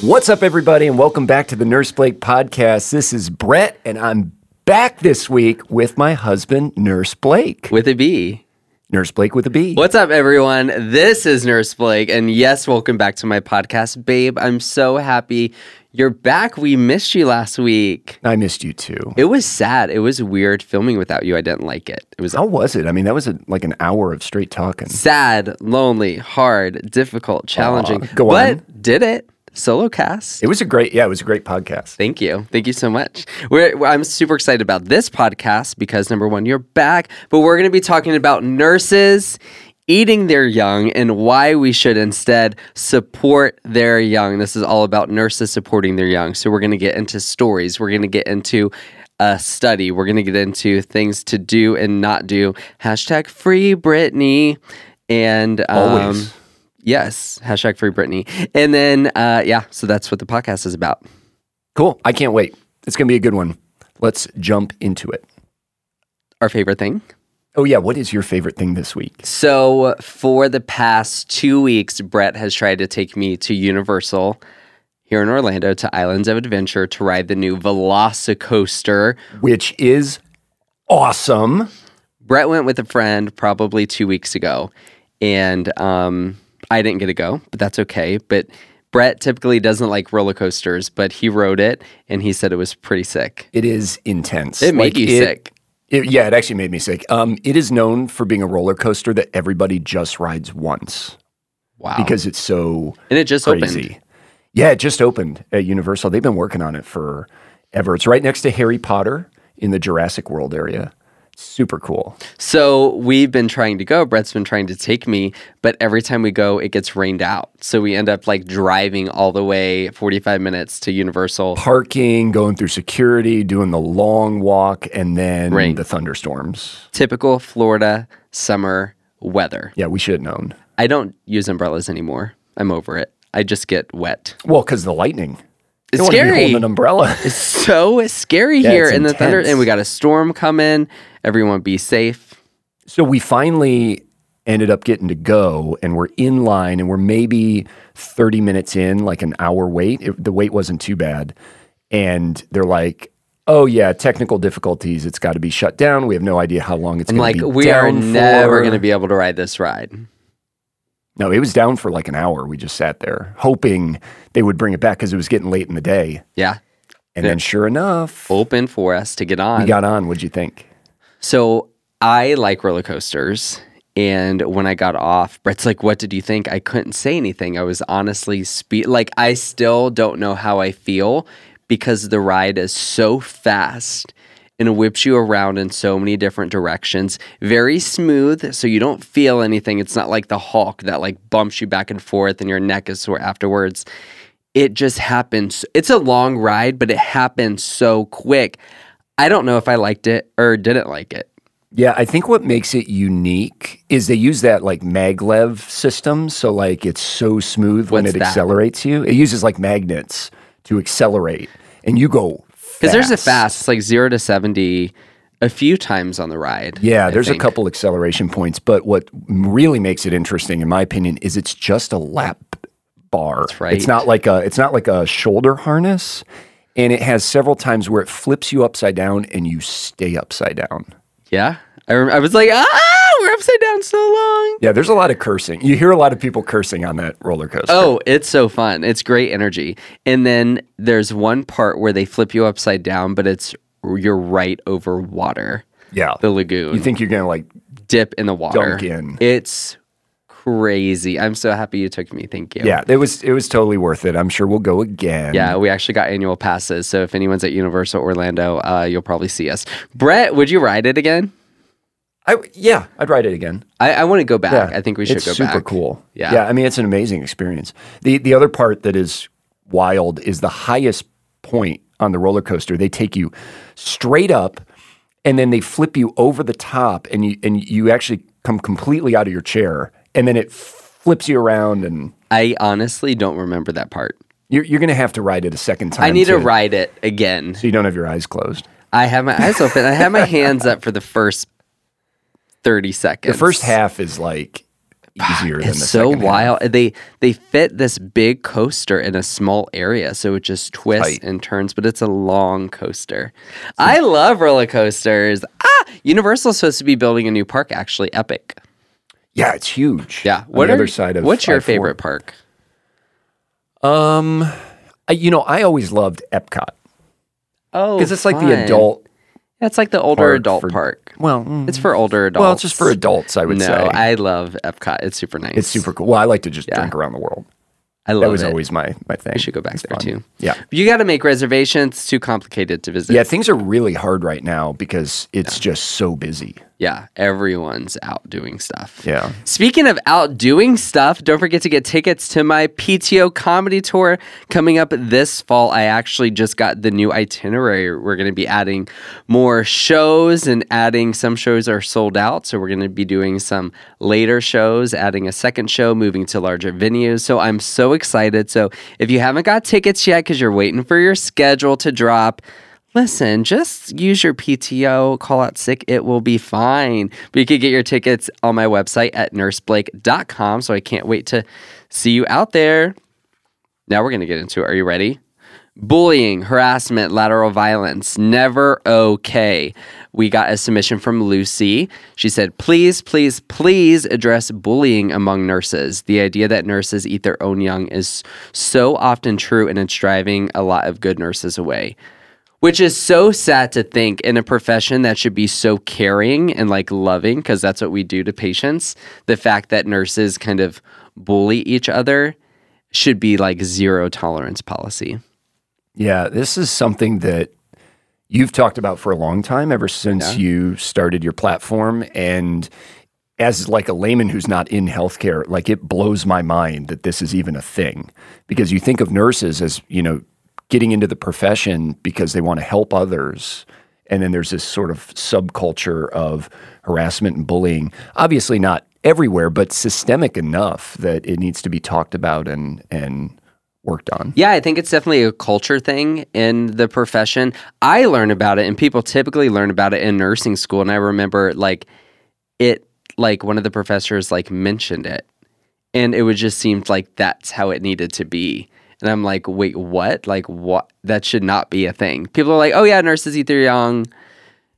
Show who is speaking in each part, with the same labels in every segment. Speaker 1: What's up, everybody, and welcome back to the Nurse Blake podcast. This is Brett, and I'm back this week with my husband, Nurse Blake.
Speaker 2: with a B.
Speaker 1: Nurse Blake with a B.
Speaker 2: What's up, everyone? This is Nurse Blake, and yes, welcome back to my podcast, babe. I'm so happy you're back. We missed you last week.
Speaker 1: I missed you too.
Speaker 2: It was sad. It was weird filming without you. I didn't like it. It was
Speaker 1: How was it? I mean, that was a, like an hour of straight talking.
Speaker 2: sad, lonely, hard, difficult, challenging.
Speaker 1: Aw, go
Speaker 2: but
Speaker 1: on.
Speaker 2: did it. Solo cast.
Speaker 1: It was a great, yeah, it was a great podcast.
Speaker 2: Thank you. Thank you so much. We're, we're- I'm super excited about this podcast because number one, you're back, but we're going to be talking about nurses eating their young and why we should instead support their young. This is all about nurses supporting their young. So we're going to get into stories, we're going to get into a study, we're going to get into things to do and not do. Hashtag free Brittany. And um,
Speaker 1: Always.
Speaker 2: Yes, hashtag free Brittany. And then, uh, yeah, so that's what the podcast is about.
Speaker 1: Cool. I can't wait. It's going to be a good one. Let's jump into it.
Speaker 2: our favorite thing.
Speaker 1: Oh, yeah. What is your favorite thing this week?
Speaker 2: So, for the past two weeks, Brett has tried to take me to Universal here in Orlando to Islands of Adventure to ride the new Velocicoaster.
Speaker 1: Which is awesome.
Speaker 2: Brett went with a friend probably two weeks ago, and um, I didn't get to go, but that's okay. But Brett typically doesn't like roller coasters, but he rode it and he said it was pretty sick.
Speaker 1: It is intense.
Speaker 2: It made
Speaker 1: Like,
Speaker 2: you sick.
Speaker 1: It, yeah, it actually made me sick. Um, it is known for being a roller coaster that everybody just rides once
Speaker 2: Wow.
Speaker 1: because it's so
Speaker 2: and it just
Speaker 1: crazy.
Speaker 2: opened.
Speaker 1: Yeah, it just opened at Universal. They've been working on it for ever. It's right next to Harry Potter in the Jurassic World area. Super cool.
Speaker 2: So we've been trying to go. Brett's been trying to take me, but every time we go, it gets rained out. So we end up like driving all the way 45 minutes to Universal.
Speaker 1: Parking, going through security, doing the long walk, and then
Speaker 2: Rain.
Speaker 1: the thunderstorms.
Speaker 2: Typical Florida summer weather.
Speaker 1: Yeah, we should have known.
Speaker 2: I don't use umbrellas anymore. I'm over it. I just get wet.
Speaker 1: Well, because the lightning. You
Speaker 2: It's
Speaker 1: don't wanna be
Speaker 2: scary.
Speaker 1: holding an umbrella.
Speaker 2: It's so scary
Speaker 1: Yeah,
Speaker 2: here
Speaker 1: it's
Speaker 2: in the thunder,
Speaker 1: intense.
Speaker 2: and we got a storm coming. Everyone be safe.
Speaker 1: So we finally ended up getting to go and we're in line and we're maybe 30 minutes in, like an hour wait. It, the wait wasn't too bad. And they're like, oh, yeah, technical difficulties. It's got to be shut down. We have no idea how long it's
Speaker 2: I'm
Speaker 1: going
Speaker 2: like,
Speaker 1: to be.
Speaker 2: we
Speaker 1: down
Speaker 2: are never
Speaker 1: for."
Speaker 2: going to be able to ride this ride.
Speaker 1: No, it was down for like an hour. We just sat there hoping they would bring it back because it was getting late in the day.
Speaker 2: Yeah. Oh
Speaker 1: And then sure enough,
Speaker 2: Open for us to get on.
Speaker 1: we got on. What'd you think?
Speaker 2: So I like roller coasters. And when I got off, Brett's like, What did you think? I couldn't say anything. I was honestly spe- like, I still don't know how I feel because the ride is so fast and it whips you around in so many different directions. Very smooth, so you don't feel anything. It's not like the Hulk that like bumps you back and forth and your neck is sore afterwards it just happens. It's a long ride, but it happens so quick. I don't know if I liked it or didn't like it.
Speaker 1: Yeah, I think what makes it unique is they use that like maglev system. So like it's so smooth when
Speaker 2: What's
Speaker 1: it
Speaker 2: that?
Speaker 1: accelerates you. It uses like magnets to accelerate, and you go
Speaker 2: Because there's a fast, it's like zero to 70 a few times on the ride.
Speaker 1: Yeah,
Speaker 2: I
Speaker 1: there's
Speaker 2: think.
Speaker 1: a couple acceleration points, but what really makes it interesting, in my opinion, is it's just a lap bar. That's
Speaker 2: right.
Speaker 1: It's not like a it's not like a shoulder harness, and it has several times where it flips you upside down and you stay upside down.
Speaker 2: Yeah. I, rem- I was like, ah, we're upside down so long.
Speaker 1: Yeah, there's a lot of cursing. You hear a lot of people cursing on that roller coaster.
Speaker 2: Oh, it's so fun. It's great energy. And then there's one part where they flip you upside down, but it's you're right over water,
Speaker 1: yeah.
Speaker 2: the lagoon.
Speaker 1: You think you're gonna like
Speaker 2: dip in the water.
Speaker 1: Dunk in.
Speaker 2: It's crazy. I'm so happy you took me. Thank you.
Speaker 1: Yeah, it was it was totally worth it. I'm sure we'll go again.
Speaker 2: Yeah, we actually got annual passes. So if anyone's at Universal Orlando, uh, you'll probably see us. Brett, would you ride it again?
Speaker 1: I yeah, I'd ride it again.
Speaker 2: I, I want to go back. I think we should
Speaker 1: it's
Speaker 2: go
Speaker 1: super
Speaker 2: back.
Speaker 1: cool.
Speaker 2: Yeah.
Speaker 1: yeah. I mean, it's an amazing experience. the The other part that is wild is the highest point on the roller coaster. They take you straight up, and then they flip you over the top, and you and you actually come completely out of your chair, and then it flips you around, and
Speaker 2: I honestly don't remember that part.
Speaker 1: you're, you're going to have to ride it a second time.
Speaker 2: I need to
Speaker 1: to-
Speaker 2: ride it again.
Speaker 1: So you don't have your eyes closed.
Speaker 2: I have my eyes open. I have my hands up for the first 30 seconds.
Speaker 1: The first half is like easier than the
Speaker 2: It's so
Speaker 1: second half.
Speaker 2: wild. They they fit this big coaster in a small area, so it just twists and turns, but it's a long coaster. I love roller coasters. Ah, Universal's supposed to be building a new park, actually, Epic.
Speaker 1: Yeah, it's huge.
Speaker 2: Yeah.
Speaker 1: What
Speaker 2: What
Speaker 1: on the
Speaker 2: are-
Speaker 1: other side of
Speaker 2: What's your
Speaker 1: I-4.
Speaker 2: favorite park?
Speaker 1: Um, I, you know, I always loved Epcot
Speaker 2: Oh,
Speaker 1: because it's like
Speaker 2: fun.
Speaker 1: the adult.
Speaker 2: That's like the older
Speaker 1: park
Speaker 2: adult
Speaker 1: for
Speaker 2: park.
Speaker 1: Well, mm,
Speaker 2: It's for older adults.
Speaker 1: well, it's just for adults. I would
Speaker 2: No,
Speaker 1: say
Speaker 2: I love Epcot. It's super nice.
Speaker 1: it's super cool. Well, I like to just
Speaker 2: Yeah.
Speaker 1: drink around the world.
Speaker 2: I love
Speaker 1: That was
Speaker 2: it.
Speaker 1: always my my thing.
Speaker 2: We should go back
Speaker 1: It's
Speaker 2: there
Speaker 1: fun.
Speaker 2: too.
Speaker 1: Yeah.
Speaker 2: You got to make reservations. It's too complicated to visit.
Speaker 1: Yeah, things are really hard right now because it's just so busy.
Speaker 2: Yeah, everyone's out doing stuff.
Speaker 1: Yeah.
Speaker 2: Speaking of out doing stuff, don't forget to get tickets to my PTO comedy tour coming up this fall. I actually just got the new itinerary. We're going to be adding more shows and adding some shows are sold out. So we're going to be doing some later shows, adding a second show, moving to larger venues. So I'm so excited. So if you haven't got tickets yet because you're waiting for your schedule to drop, Listen, just use your PTO, call out sick, it will be fine. But you can get your tickets on my website at nurseblake.com. So I can't wait to see you out there. Now we're going to get into it. Are you ready? Bullying, harassment, lateral violence, never okay. We got a submission from Lucy. She said, Please, please, please address bullying among nurses. The idea that nurses eat their own young is so often true and it's driving a lot of good nurses away which is so sad to think in a profession that should be so caring and like loving because that's what we do to patients the fact that nurses kind of bully each other should be like zero tolerance policy
Speaker 1: Yeah, this is something that you've talked about for a long time, ever since you started your platform. And as like a layman who's not in healthcare, like it blows my mind that this is even a thing because you think of nurses as, you know, getting into the profession because they want to help others. And then there's this sort of subculture of harassment and bullying. Obviously not everywhere, but systemic enough that it needs to be talked about and and worked on.
Speaker 2: Yeah, I think it's definitely a culture thing in the profession. I learn about it, and people typically learn about it in nursing school. And I remember like it, like one of the professors like mentioned it, and it would just seemed like that's how it needed to be. And I'm like, wait, what? Like what? That should not be a thing. People are like, oh yeah, nurses eat their young.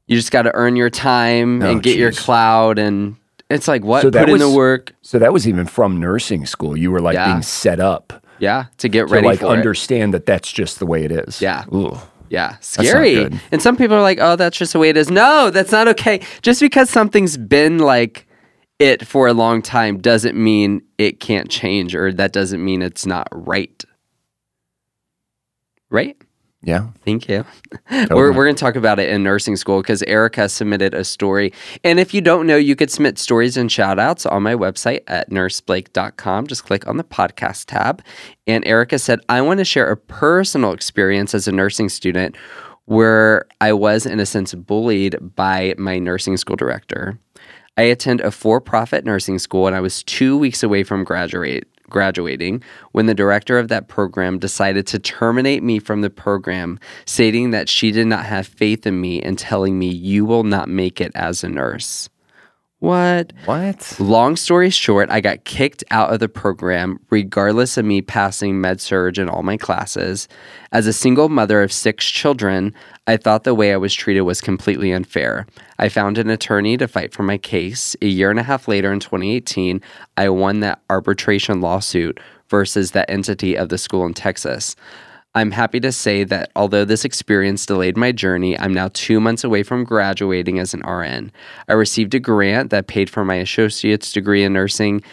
Speaker 2: You just got to earn your time
Speaker 1: Oh,
Speaker 2: and get your
Speaker 1: jeez.
Speaker 2: cloud, and it's like what?
Speaker 1: So that
Speaker 2: Put in the
Speaker 1: was-
Speaker 2: work.
Speaker 1: So that was even from nursing school. You were like
Speaker 2: Yeah.
Speaker 1: being set up
Speaker 2: Yeah, to get
Speaker 1: to
Speaker 2: ready
Speaker 1: like
Speaker 2: for it.
Speaker 1: understand that that's just the way it is.
Speaker 2: Yeah.
Speaker 1: Ooh.
Speaker 2: Yeah,
Speaker 1: not
Speaker 2: scary.
Speaker 1: good.
Speaker 2: And some people are like, "Oh, that's just the way it is." No, that's not okay. Just because something's been like it for a long time doesn't mean it can't change or that doesn't mean it's not right. Right?
Speaker 1: Yeah.
Speaker 2: Thank you.
Speaker 1: Totally.
Speaker 2: We're, we're going to talk about it in nursing school because Erica submitted a story. And if you don't know, you could submit stories and shout outs on my website at nurseblake.com. Just click on the podcast tab. And Erica said, I want to share a personal experience as a nursing student where I was, in a sense, bullied by my nursing school director. I attend a for-profit nursing school and I was 2 weeks away from graduate graduating when the director of that program decided to terminate me from the program stating that she did not have faith in me and telling me you will not make it as a nurse. What?
Speaker 1: What?
Speaker 2: Long story short, I got kicked out of the program regardless of me passing med surge in all my classes. As a single mother of six children, I thought the way I was treated was completely unfair. I found an attorney to fight for my case. A year and a half later in 2018, I won that arbitration lawsuit versus that entity of the school in Texas. I'm happy to say that although this experience delayed my journey, I'm now two months away from graduating as an RN. I received a grant that paid for my associate's degree in nursing,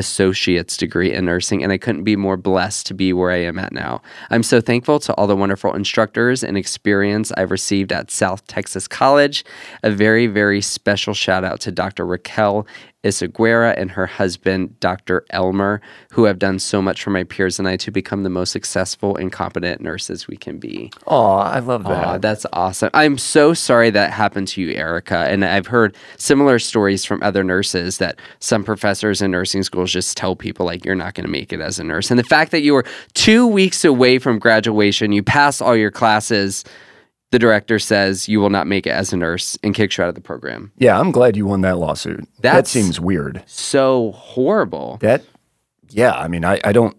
Speaker 2: associate's degree in nursing, and I couldn't be more blessed to be where I am at now. I'm so thankful to all the wonderful instructors and experience I've received at South Texas College. A very, very special shout out to Dr. Raquel Isaguerra and her husband, Dr. Elmer, who have done so much for my peers and I to become the most successful and competent nurses we can be.
Speaker 1: Oh, I love that.
Speaker 2: Aw, that's awesome. I'm so sorry that happened to you, Erica. And I've heard similar stories from other nurses that some professors in nursing schools just tell people, like, you're not going to make it as a nurse. And the fact that you were two weeks away from graduation, you passed all your classes, the The director says you will not make it as a nurse and kicks you out of the program.
Speaker 1: Yeah, I'm glad you won that lawsuit. that
Speaker 2: That's-
Speaker 1: seems weird.
Speaker 2: So horrible.
Speaker 1: That, yeah, I mean, I, I don't,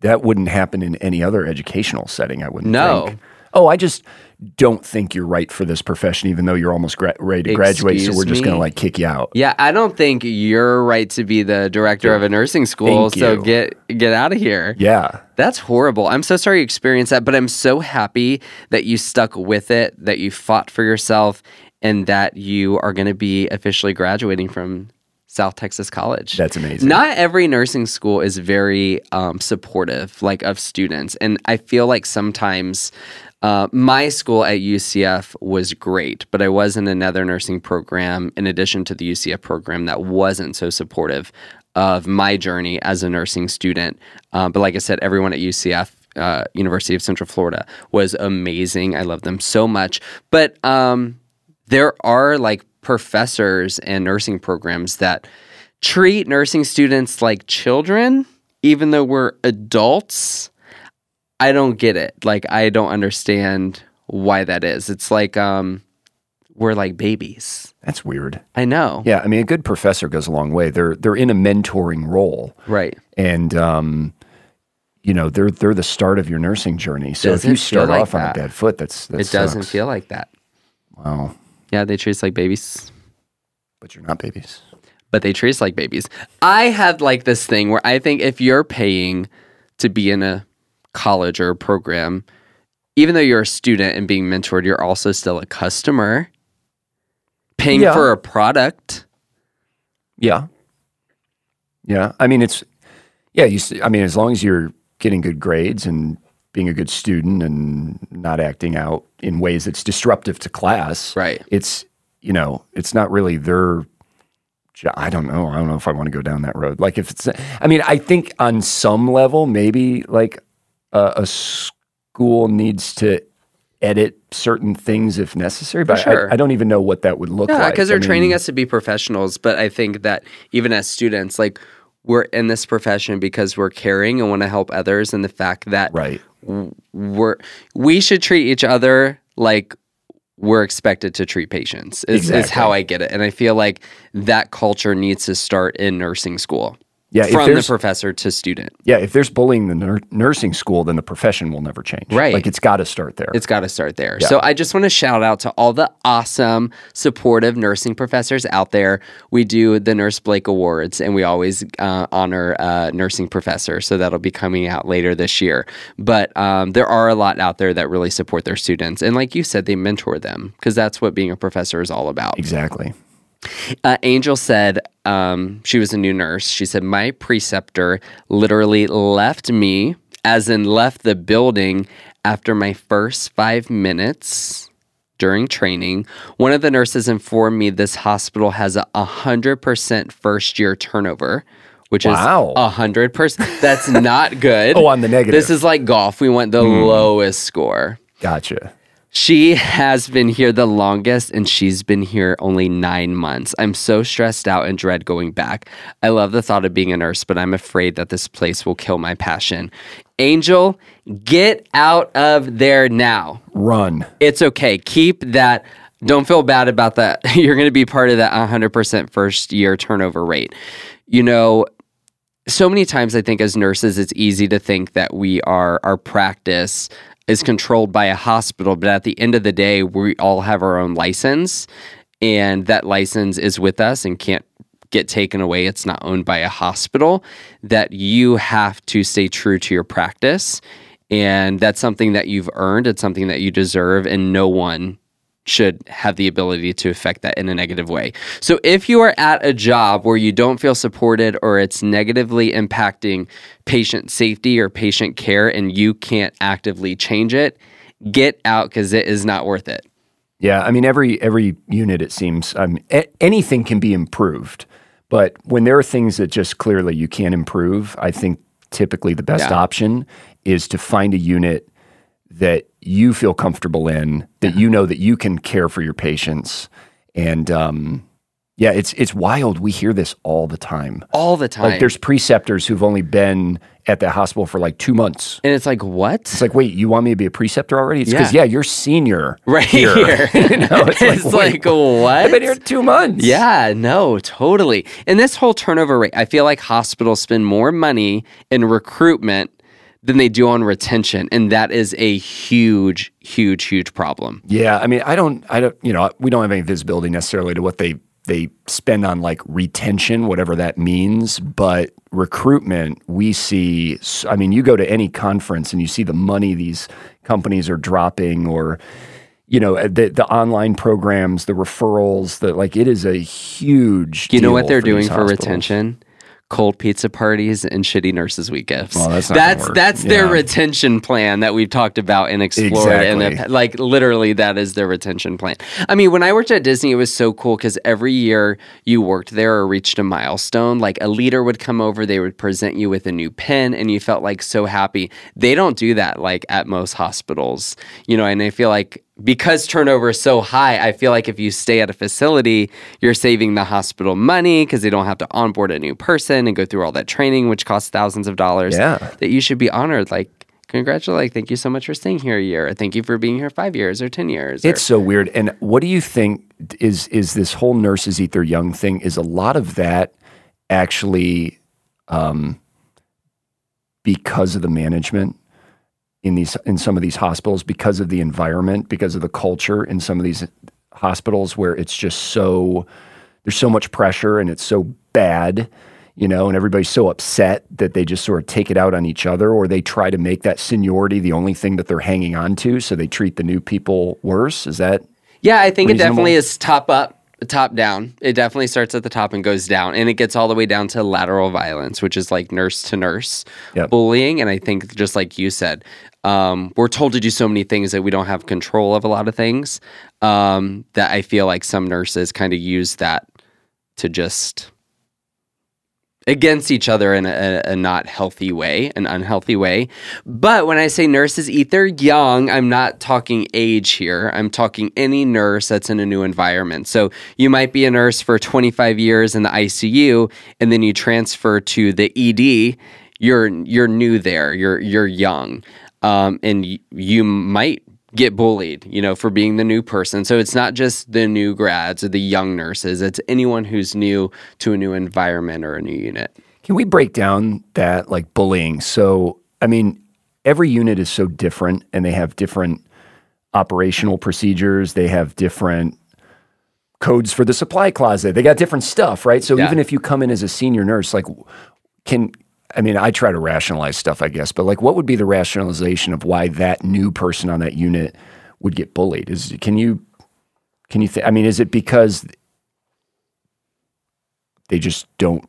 Speaker 1: that wouldn't happen in any other educational setting, I wouldn't
Speaker 2: No.
Speaker 1: think. Oh, I just don't think you're right for this profession, even though you're almost gra- ready to graduate.
Speaker 2: Excuse
Speaker 1: so we're just going to
Speaker 2: me?
Speaker 1: like kick you out.
Speaker 2: Yeah, I don't think you're right to be the director of a nursing school.
Speaker 1: Thank
Speaker 2: so
Speaker 1: you.
Speaker 2: get get out of here.
Speaker 1: Yeah.
Speaker 2: That's horrible. I'm so sorry you experienced that, but I'm so happy that you stuck with it, that you fought for yourself, and that you are going to be officially graduating from South Texas College.
Speaker 1: That's amazing.
Speaker 2: Not every nursing school is very um, supportive, like of students, and I feel like sometimes. Uh, my school at UCF was great, but I was in another nursing program in addition to the UCF program that wasn't so supportive of my journey as a nursing student. Uh, but like I said, everyone at UCF, uh, University of Central Florida, was amazing. I love them so much. But um, there are like professors and nursing programs that treat nursing students like children, even though we're adults. I don't get it. Like I don't understand why that is. It's like um, we're like babies.
Speaker 1: That's weird.
Speaker 2: I know.
Speaker 1: Yeah. I mean, a good professor goes a long way. They're, they're in a mentoring role.
Speaker 2: Right.
Speaker 1: and um, you know they're they're the start of your nursing journey. So if
Speaker 2: Doesn't
Speaker 1: you start
Speaker 2: feel like
Speaker 1: off on a
Speaker 2: that.
Speaker 1: bad foot, that's that
Speaker 2: It doesn't
Speaker 1: sucks.
Speaker 2: feel like that.
Speaker 1: wow.
Speaker 2: Yeah, they treat us like babies.
Speaker 1: But you're not babies.
Speaker 2: But they treat us like babies. I have like this thing where I think if you're paying to be in a college or a program, even though you're a student and being mentored, you're also still a customer paying
Speaker 1: Yeah.
Speaker 2: for a product.
Speaker 1: Yeah, yeah. I mean, it's yeah. You. s- I mean, as long as you're getting good grades and being a good student and not acting out in ways that's disruptive to class,
Speaker 2: Right.
Speaker 1: It's you know, it's not really their. jo- I don't know. I don't know if I want to go down that road. Like if it's, I mean, I think on some level, maybe like a, a school needs to edit certain things if necessary. But I-
Speaker 2: sure.
Speaker 1: I, don't even know what that would look
Speaker 2: Yeah,
Speaker 1: like.
Speaker 2: because
Speaker 1: I
Speaker 2: they're
Speaker 1: mean,
Speaker 2: training us to be professionals. But I think that even as students, like we're in this profession because we're caring and want to help others. And the fact that
Speaker 1: Right.
Speaker 2: we're we should treat each other like we're expected to treat patients is, is
Speaker 1: Exactly.
Speaker 2: how I get it. And I feel like that culture needs to start in nursing school.
Speaker 1: Yeah, if
Speaker 2: From the
Speaker 1: there's-
Speaker 2: professor to student.
Speaker 1: Yeah, if there's bullying in the nur- nursing school, then the profession will never change.
Speaker 2: Right.
Speaker 1: Like it's got to start there.
Speaker 2: It's got to start there. So I just want to shout out to all the awesome, supportive nursing professors out there. We do the Nurse Blake Awards, and we always uh, honor a nursing professor. So that'll be coming out later this year. But um, there are a lot out there that really support their students, and like you said, they mentor them because that's what being a professor is all about.
Speaker 1: exactly.
Speaker 2: Uh, Angel said um, she was a new nurse. She said, My preceptor literally left me, as in left the building after my first five minutes during training. One of the nurses informed me this hospital has a 100% first year turnover. Which
Speaker 1: Wow.
Speaker 2: is a hundred percent. That's not good.
Speaker 1: Oh, on the negative. Hmm.
Speaker 2: This is like golf. We want the lowest score.
Speaker 1: Gotcha.
Speaker 2: She has been here the longest and she's been here only nine months. I'm so stressed out and dread going back. I love the thought of being a nurse, but I'm afraid that this place will kill my passion. Angel, get out of there now.
Speaker 1: Run.
Speaker 2: It's okay. Keep that. Don't feel bad about that. You're going to be part of that 100% first year turnover rate. You know, so many times I think as nurses, it's easy to think that we are, our practice is controlled by a hospital, but at the end of the day, we all have our own license and that license is with us and can't get taken away. It's not owned by a hospital, that you have to stay true to your practice. And that's something that you've earned, it's something that you deserve, and no one should have the ability to affect that in a negative way. So if you are at a job where you don't feel supported or it's negatively impacting patient safety or patient care and you can't actively change it, get out cuz it is not worth it.
Speaker 1: Yeah, I mean every every unit it seems um, a- anything can be improved, but when there are things that just clearly you can't improve, I think typically the best
Speaker 2: Yeah.
Speaker 1: option is to find a unit that you feel comfortable in, that you know that you can care for your patients, and um, Yeah, it's it's wild. We hear this all the time.
Speaker 2: all the time.
Speaker 1: Like there's preceptors who've only been at that hospital for like two months.
Speaker 2: and it's like what?
Speaker 1: It's like, wait, you want me to be a preceptor already? It's because
Speaker 2: Yeah.
Speaker 1: yeah. you're senior.
Speaker 2: right here.
Speaker 1: you know, it's like,
Speaker 2: it's
Speaker 1: wait,
Speaker 2: like, what?
Speaker 1: I've been here two months.
Speaker 2: Yeah, no, totally. And this whole turnover rate, I feel like hospitals spend more money in recruitment than they do on retention. And that is a huge, huge, huge problem.
Speaker 1: Yeah, I mean, I don't, I don't, you know, we don't have any visibility necessarily to what they they spend on like retention, whatever that means. But recruitment, we see. s- I mean, you go to any conference and you see the money these companies are dropping, or you know, the the online programs, the referrals, that like it is a huge.
Speaker 2: You know what
Speaker 1: deal
Speaker 2: they're doing
Speaker 1: these
Speaker 2: for
Speaker 1: hospitals.
Speaker 2: retention? Cold pizza parties and shitty nurses' week gifts.
Speaker 1: Well, that's not gonna
Speaker 2: that's
Speaker 1: work.
Speaker 2: that's their
Speaker 1: Yeah.
Speaker 2: retention plan that we've talked about and explored. And
Speaker 1: Exactly.
Speaker 2: like literally, that is their retention plan. I mean, when I worked at Disney, it was so cool because every year you worked there or reached a milestone, like a leader would come over, they would present you with a new pin, and you felt like so happy. They don't do that like at most hospitals, you know. And I feel like because turnover is so high, I feel like if you stay at a facility, you're saving the hospital money because they don't have to onboard a new person and go through all that training, which costs thousands of dollars.
Speaker 1: Yeah.
Speaker 2: That you should be honored. Like, congratulate. Like, thank you so much for staying here a year. Or thank you for being here five years or 10 years. or-
Speaker 1: It's so weird. And what do you think is is this whole nurses eat their young thing? Is a lot of that actually um, because of the management in these in some of these hospitals, because of the environment, because of the culture in some of these hospitals where it's just so there's so much pressure and it's so bad, you know, and everybody's so upset that they just sort of take it out on each other or they try to make that seniority the only thing that they're hanging on to. So they treat the new people worse. Is that
Speaker 2: Yeah, I think it
Speaker 1: reasonable.
Speaker 2: definitely is top up, top down. It definitely starts at the top and goes down, and it gets all the way down to lateral violence, which is like nurse to nurse
Speaker 1: Yep.
Speaker 2: bullying. And I think, just like you said, um, we're told to do so many things that we don't have control of a lot of things. Um, that I feel like some nurses kind of use that to just against each other in a, a not healthy way, an unhealthy way. But when I say nurses eat their young, I'm not talking age here. I'm talking any nurse that's in a new environment. So you might be a nurse for 25 years in the ICU, and then you transfer to the ED. You're you're new there. You're you're young, um, and y- you might get bullied, you know, for being the new person. So it's not just the new grads or the young nurses, it's anyone who's new to a new environment or a new unit.
Speaker 1: Can we break down that like bullying? So, I mean, every unit is so different and they have different operational procedures, they have different codes for the supply closet. They got different stuff, right? So,
Speaker 2: Yeah.
Speaker 1: even if you come in as a senior nurse, like can I mean, I try to rationalize stuff, I guess, but like what would be the rationalization of why that new person on that unit would get bullied? Is can you can you th- I mean, is it because they just don't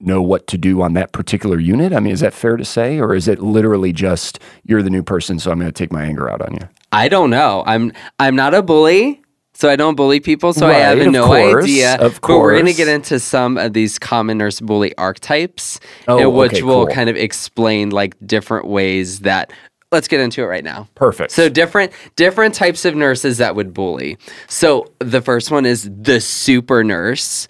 Speaker 1: know what to do on that particular unit? I mean, is that fair to say? Or is it literally just you're the new person, so I'm going to take my anger out on you?
Speaker 2: I don't know. I'm I'm not a bully, so I don't bully people, so I
Speaker 1: Right,
Speaker 2: have
Speaker 1: of
Speaker 2: no
Speaker 1: course,
Speaker 2: idea.
Speaker 1: of
Speaker 2: But we're gonna
Speaker 1: course.
Speaker 2: get into some of these common nurse bully archetypes,
Speaker 1: Oh,
Speaker 2: uh, which
Speaker 1: okay,
Speaker 2: will
Speaker 1: cool.
Speaker 2: kind of explain like different ways that let's get into it right now.
Speaker 1: Perfect.
Speaker 2: So different different types of nurses that would bully. So the first one is the super nurse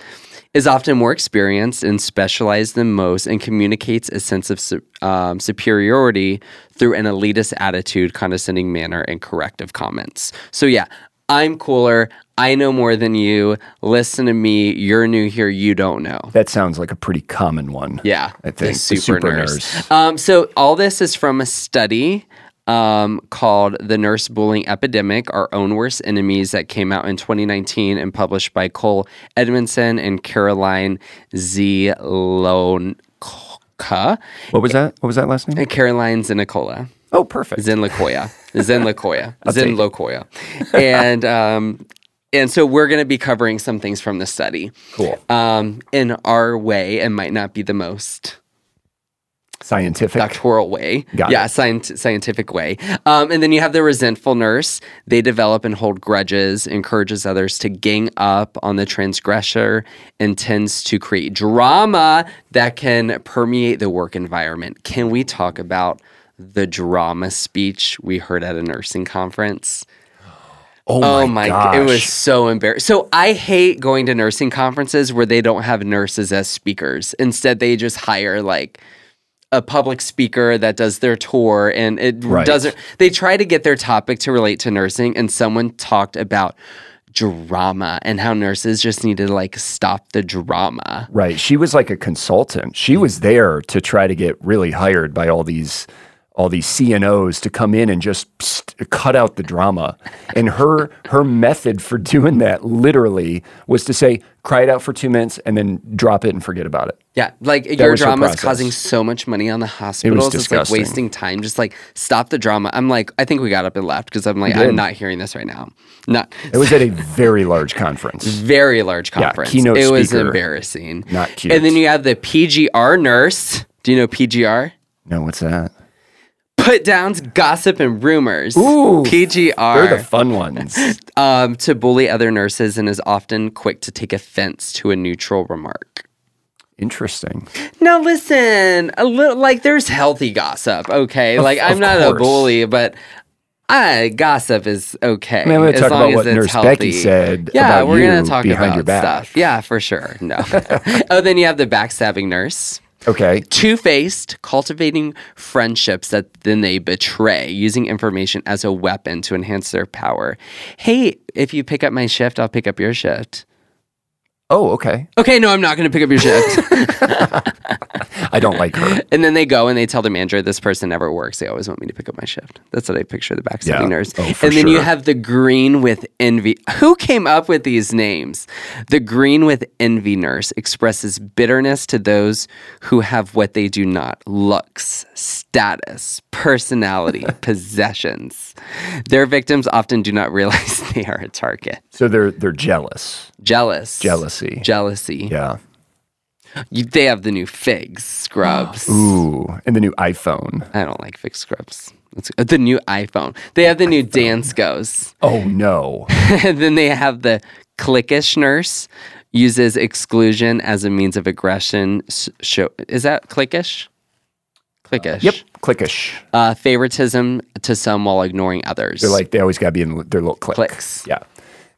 Speaker 2: is often more experienced and specialized than most and communicates a sense of su- um, superiority through an elitist attitude, condescending manner, and corrective comments. So yeah, I'm cooler. I know more than you. Listen to me. You're new here. You don't know.
Speaker 1: that sounds like a pretty common one.
Speaker 2: Yeah,
Speaker 1: I think. The super nurse.
Speaker 2: Um, so all this is from a study um, called "The Nurse Bullying Epidemic: Our Own Worst Enemies" that came out in 2019 and published by Cole Edmondson and Caroline Z. Lonka.
Speaker 1: What was that? What was that last name?
Speaker 2: And Caroline Zinicola.
Speaker 1: Oh, perfect.
Speaker 2: Zen Lakoya. Zen Lakoya. Zen Lakoya. And um, and so we're going to be covering some things from the study.
Speaker 1: Cool.
Speaker 2: Um, in our way, and might not be the most
Speaker 1: Scientific.
Speaker 2: doctoral way.
Speaker 1: Got
Speaker 2: yeah, scient- scientific way. Um, and then you have the resentful nurse. They develop and hold grudges, encourages others to gang up on the transgressor, and tends to create drama that can permeate the work environment. Can we talk about the drama speech we heard at a nursing conference?
Speaker 1: Oh,
Speaker 2: Oh
Speaker 1: my,
Speaker 2: my!
Speaker 1: gosh.
Speaker 2: g- It was so embarrassing. So I hate going to nursing conferences where they don't have nurses as speakers. Instead, they just hire like a public speaker that does their tour, and it
Speaker 1: Right.
Speaker 2: doesn't. They try to get their topic to relate to nursing, and someone talked about drama and how nurses just need to like stop the drama.
Speaker 1: Right. She was like a consultant. She was there to try to get really hired by all these all these CNOs to come in and just psst, cut out the drama. And her her method for doing that literally was to say, cry it out for two minutes and then drop it and forget about it.
Speaker 2: Yeah, like your
Speaker 1: was her
Speaker 2: drama is
Speaker 1: process.
Speaker 2: causing so much money on the hospitals. It's like
Speaker 1: disgusting.
Speaker 2: wasting time. Just like stop the drama. I'm like, I think we got up and left because I'm like, I'm not hearing this right now. Not
Speaker 1: It was at a very large conference.
Speaker 2: very large conference.
Speaker 1: keynote
Speaker 2: it was
Speaker 1: speaker.
Speaker 2: embarrassing.
Speaker 1: Not cute.
Speaker 2: And then you have the PGR nurse. Do you know PGR?
Speaker 1: No, what's that?
Speaker 2: Put downs, gossip, and rumors.
Speaker 1: Ooh,
Speaker 2: PGR
Speaker 1: They're the fun ones.
Speaker 2: um, to bully other nurses and is often quick to take offense to a neutral remark.
Speaker 1: Interesting.
Speaker 2: Now listen, a little like there's healthy gossip, okay? like
Speaker 1: of
Speaker 2: I'm not
Speaker 1: course.
Speaker 2: a bully, but I gossip is okay.
Speaker 1: I mean, I'm going
Speaker 2: as
Speaker 1: to talk
Speaker 2: long
Speaker 1: about
Speaker 2: as
Speaker 1: what
Speaker 2: it's
Speaker 1: Nurse
Speaker 2: healthy.
Speaker 1: Becky said
Speaker 2: Yeah,
Speaker 1: about
Speaker 2: we're
Speaker 1: you
Speaker 2: gonna talk
Speaker 1: behind
Speaker 2: about
Speaker 1: your back.
Speaker 2: stuff. Yeah, for sure. No. oh, then you have the backstabbing nurse.
Speaker 1: Okay.
Speaker 2: Two faced, cultivating friendships that then they betray, using information as a weapon to enhance their power. Hey, if you pick up my shift, I'll pick up your shift.
Speaker 1: Oh, okay.
Speaker 2: Okay, no, I'm not going to pick up your shift.
Speaker 1: I don't like her.
Speaker 2: and then they go and they tell the manager, this person never works. They always want me to pick up my shift. That's what I picture the backstabbing
Speaker 1: Yeah.
Speaker 2: nurse.
Speaker 1: Oh,
Speaker 2: and
Speaker 1: for
Speaker 2: then you
Speaker 1: sure.
Speaker 2: have the green with envy. Who came up with these names? The green with envy nurse expresses bitterness to those who have what they do not looks, status, personality, possessions. Their victims often do not realize they are a target.
Speaker 1: So they're they're jealous.
Speaker 2: Jealous.
Speaker 1: Jealousy.
Speaker 2: Jealousy.
Speaker 1: yeah.
Speaker 2: You, they have the new figs, scrubs.
Speaker 1: Ooh, and the new iPhone.
Speaker 2: I don't like fixed scripts. It's uh, the new iPhone. They have the new dance goes.
Speaker 1: Oh no.
Speaker 2: and then they have the clickish nurse uses exclusion as a means of aggression. S- Show is that clickish? Clickish.
Speaker 1: yep, clickish.
Speaker 2: Uh, favoritism to some while ignoring others.
Speaker 1: They're like they always got to be in their little click.
Speaker 2: Clicks.
Speaker 1: Yeah.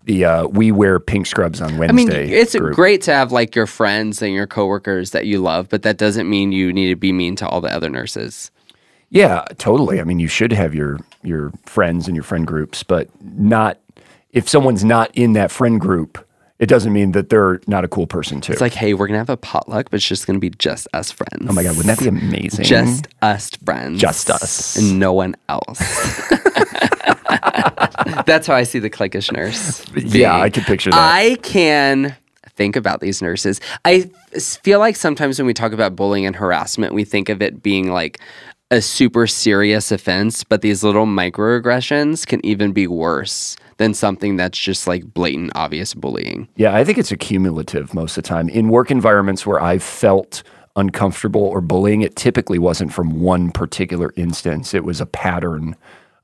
Speaker 1: The uh, we wear pink scrubs on
Speaker 2: I mean,
Speaker 1: Wednesday.
Speaker 2: it's
Speaker 1: group.
Speaker 2: great to have like your friends and your coworkers that you love, but that doesn't mean you need to be mean to all the other nurses.
Speaker 1: Yeah, totally. I mean, you should have your your friends and your friend groups, but not if someone's not in that friend group, it doesn't mean that they're not a cool person too.
Speaker 2: It's like, hey, we're gonna have a potluck, but it's just gonna be just us friends.
Speaker 1: oh my god, wouldn't that be amazing?
Speaker 2: Just us friends.
Speaker 1: Just us.
Speaker 2: And no one else. That's how I see the clickish nurse. being.
Speaker 1: yeah, I could picture that.
Speaker 2: I can think about these nurses. I s- feel like sometimes when we talk about bullying and harassment, we think of it being like a super serious offense, but these little microaggressions can even be worse than something that's just like blatant, obvious bullying.
Speaker 1: Yeah, I think it's accumulative most of the time. In work environments where I've felt uncomfortable or bullying, it typically wasn't from one particular instance. It was a pattern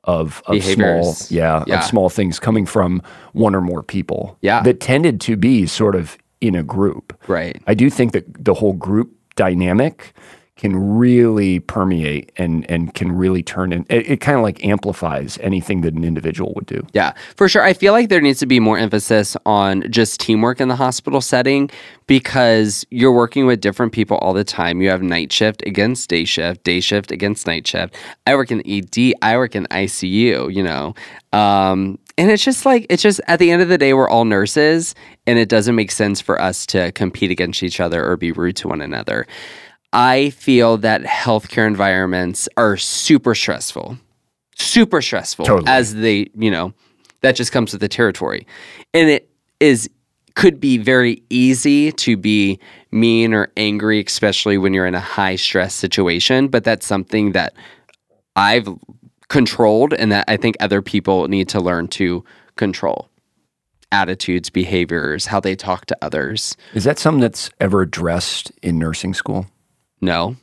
Speaker 1: of, of small,
Speaker 2: Behaviors.
Speaker 1: yeah,
Speaker 2: Yeah.
Speaker 1: of small things coming from one or more people.
Speaker 2: Yeah.
Speaker 1: that tended to be sort of in a group.
Speaker 2: Right.
Speaker 1: I do think that the whole group dynamic can really permeate and and can really turn in. It, it kind of like amplifies anything that an individual would do.
Speaker 2: Yeah, for sure. I feel like there needs to be more emphasis on just teamwork in the hospital setting because you're working with different people all the time. You have night shift against day shift, day shift against night shift. I work in the ED, I work in ICU, you know. Um, and it's just like, it's just at the end of the day, we're all nurses and it doesn't make sense for us to compete against each other or be rude to one another. I feel that healthcare environments are super stressful super stressful
Speaker 1: Totally.
Speaker 2: as they, you know, that just comes with the territory. And it is could be very easy to be mean or angry, especially when you're in a high stress situation, but that's something that I've controlled and that I think other people need to learn to control. Attitudes, behaviors, how they talk to others.
Speaker 1: Is that something that's ever addressed in nursing school?
Speaker 2: No.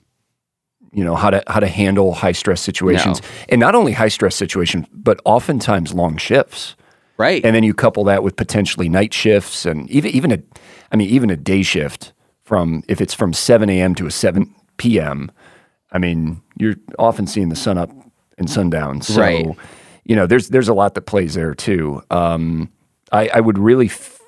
Speaker 1: you know how to how to handle high stress situations
Speaker 2: No.
Speaker 1: and not only high stress situations but oftentimes long shifts
Speaker 2: Right.
Speaker 1: and then you couple that with potentially night shifts and even even a i mean even a day shift from if it's from 7 a.m to a 7 p.m i mean you're often seeing the sun up and sundown so
Speaker 2: Right.
Speaker 1: you know, there's there's a lot that plays there too. Um, I, I would really, f-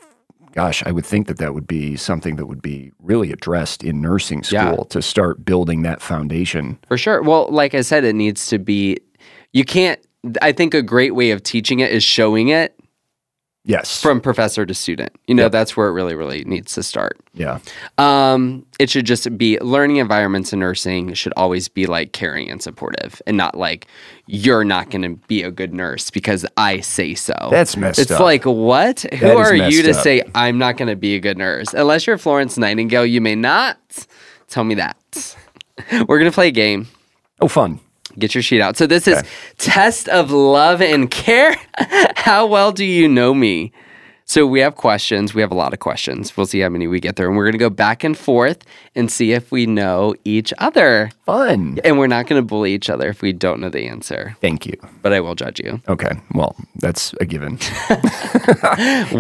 Speaker 1: gosh, I would think that that would be something that would be really addressed in nursing school
Speaker 2: Yeah.
Speaker 1: to start building that foundation.
Speaker 2: For sure. Well, like I said, it needs to be. You can't. I think a great way of teaching it is showing it
Speaker 1: Yes.
Speaker 2: from professor to student. You know, that's where it really, really needs to start.
Speaker 1: yeah.
Speaker 2: Um, it should just be learning environments in nursing should always be like caring and supportive, and not like you're not going to be a good nurse because I say so.
Speaker 1: That's messed
Speaker 2: it's
Speaker 1: up.
Speaker 2: like what? Who
Speaker 1: That is
Speaker 2: are you to
Speaker 1: messed up.
Speaker 2: say I'm not going to be a good nurse? Unless you're Florence Nightingale, you may not tell me that. We're gonna play a game.
Speaker 1: Oh, fun.
Speaker 2: Get your sheet out. So this is test of love and care. how well do you know me? So we have questions. We have a lot of questions. We'll see how many we get through, and we're gonna go back and forth and see if we know each other.
Speaker 1: Fun.
Speaker 2: And we're not gonna bully each other if we don't know the answer.
Speaker 1: Thank you.
Speaker 2: But I will judge you.
Speaker 1: Okay. Well, that's a given.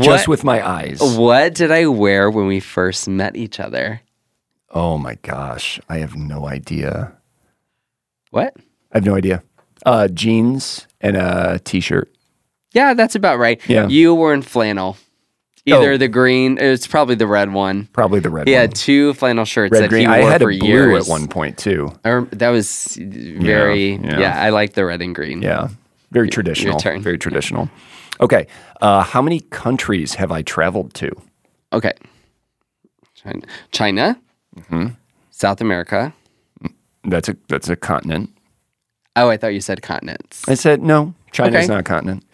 Speaker 1: Just with my eyes.
Speaker 2: What did I wear when we first met each other?
Speaker 1: Oh my gosh. I have no idea.
Speaker 2: What?
Speaker 1: I have no idea. Uh, jeans and a t shirt.
Speaker 2: Yeah, that's about right.
Speaker 1: Yeah.
Speaker 2: You were in flannel. Either
Speaker 1: Oh.
Speaker 2: the green, it's probably the red one.
Speaker 1: Probably the red
Speaker 2: He
Speaker 1: one.
Speaker 2: had two flannel shirts
Speaker 1: Red
Speaker 2: that
Speaker 1: green.
Speaker 2: he wore
Speaker 1: I had a
Speaker 2: for
Speaker 1: blue
Speaker 2: years.
Speaker 1: at one point too.
Speaker 2: I rem- that was very yeah,
Speaker 1: yeah.
Speaker 2: I like the red and green.
Speaker 1: Yeah. Very traditional.
Speaker 2: turn.
Speaker 1: Very traditional. Okay. Uh, how many countries have I traveled to?
Speaker 2: Okay. China, China
Speaker 1: Mm-hmm.
Speaker 2: South America.
Speaker 1: That's a that's a continent.
Speaker 2: Oh, I thought you said continents.
Speaker 1: I said no. China's
Speaker 2: Okay.
Speaker 1: not a continent.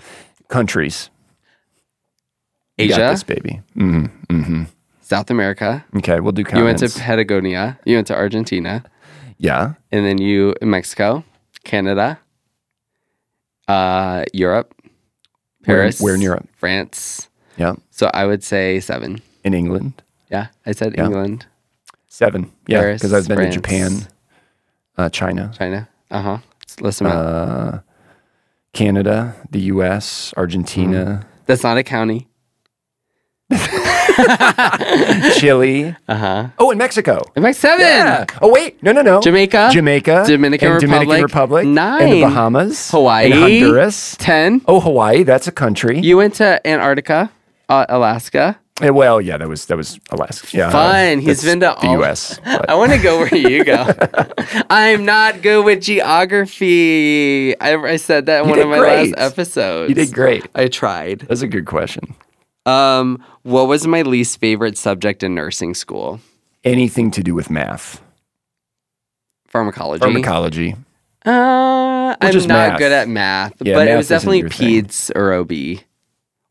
Speaker 1: Countries. You got
Speaker 2: Asia,
Speaker 1: this baby. hmm hmm
Speaker 2: South America.
Speaker 1: Okay, we'll do
Speaker 2: You went
Speaker 1: continents.
Speaker 2: to Patagonia. You went to Argentina,
Speaker 1: yeah.
Speaker 2: and then you Mexico, Canada, uh, Europe,
Speaker 1: Where in-
Speaker 2: Paris.
Speaker 1: where in Europe?
Speaker 2: France.
Speaker 1: Yeah.
Speaker 2: So I would say seven.
Speaker 1: In England.
Speaker 2: Yeah, I said
Speaker 1: Yeah.
Speaker 2: England,
Speaker 1: Seven. Yeah.
Speaker 2: Paris,
Speaker 1: Because I've been
Speaker 2: France.
Speaker 1: to Japan, uh, China,
Speaker 2: China. Uh huh. List them out.
Speaker 1: uh, Canada, the US, Argentina,
Speaker 2: That's not a county.
Speaker 1: Chile.
Speaker 2: Uh huh.
Speaker 1: Oh, and Mexico.
Speaker 2: Am I seven?
Speaker 1: Yeah. Oh wait, no, no, no.
Speaker 2: Jamaica.
Speaker 1: Jamaica,
Speaker 2: Dominican
Speaker 1: and Dominican Republic,
Speaker 2: Republic,
Speaker 1: and the
Speaker 2: nine.
Speaker 1: Bahamas,
Speaker 2: Hawaii.
Speaker 1: and Honduras.
Speaker 2: Ten.
Speaker 1: Oh, Hawaii, that's a country.
Speaker 2: You went to Antarctica, uh, Alaska.
Speaker 1: Eh, well, yeah, that was that was Alaska. Yeah,
Speaker 2: Fun. He's
Speaker 1: that's
Speaker 2: been to
Speaker 1: the
Speaker 2: all-
Speaker 1: U.S. but-
Speaker 2: I want to go where you go. I'm not good with geography. I, I said that in
Speaker 1: You
Speaker 2: one of
Speaker 1: did
Speaker 2: my
Speaker 1: great.
Speaker 2: last episodes.
Speaker 1: you did great.
Speaker 2: I tried.
Speaker 1: That's a good question.
Speaker 2: Um, what was my least favorite subject in nursing school?
Speaker 1: Anything to do with math,
Speaker 2: Pharmacology.
Speaker 1: pharmacology?
Speaker 2: Uh, I'm
Speaker 1: is
Speaker 2: not
Speaker 1: math.
Speaker 2: good at math,
Speaker 1: Yeah,
Speaker 2: but it
Speaker 1: math
Speaker 2: was
Speaker 1: isn't
Speaker 2: definitely
Speaker 1: your thing.
Speaker 2: peds or OB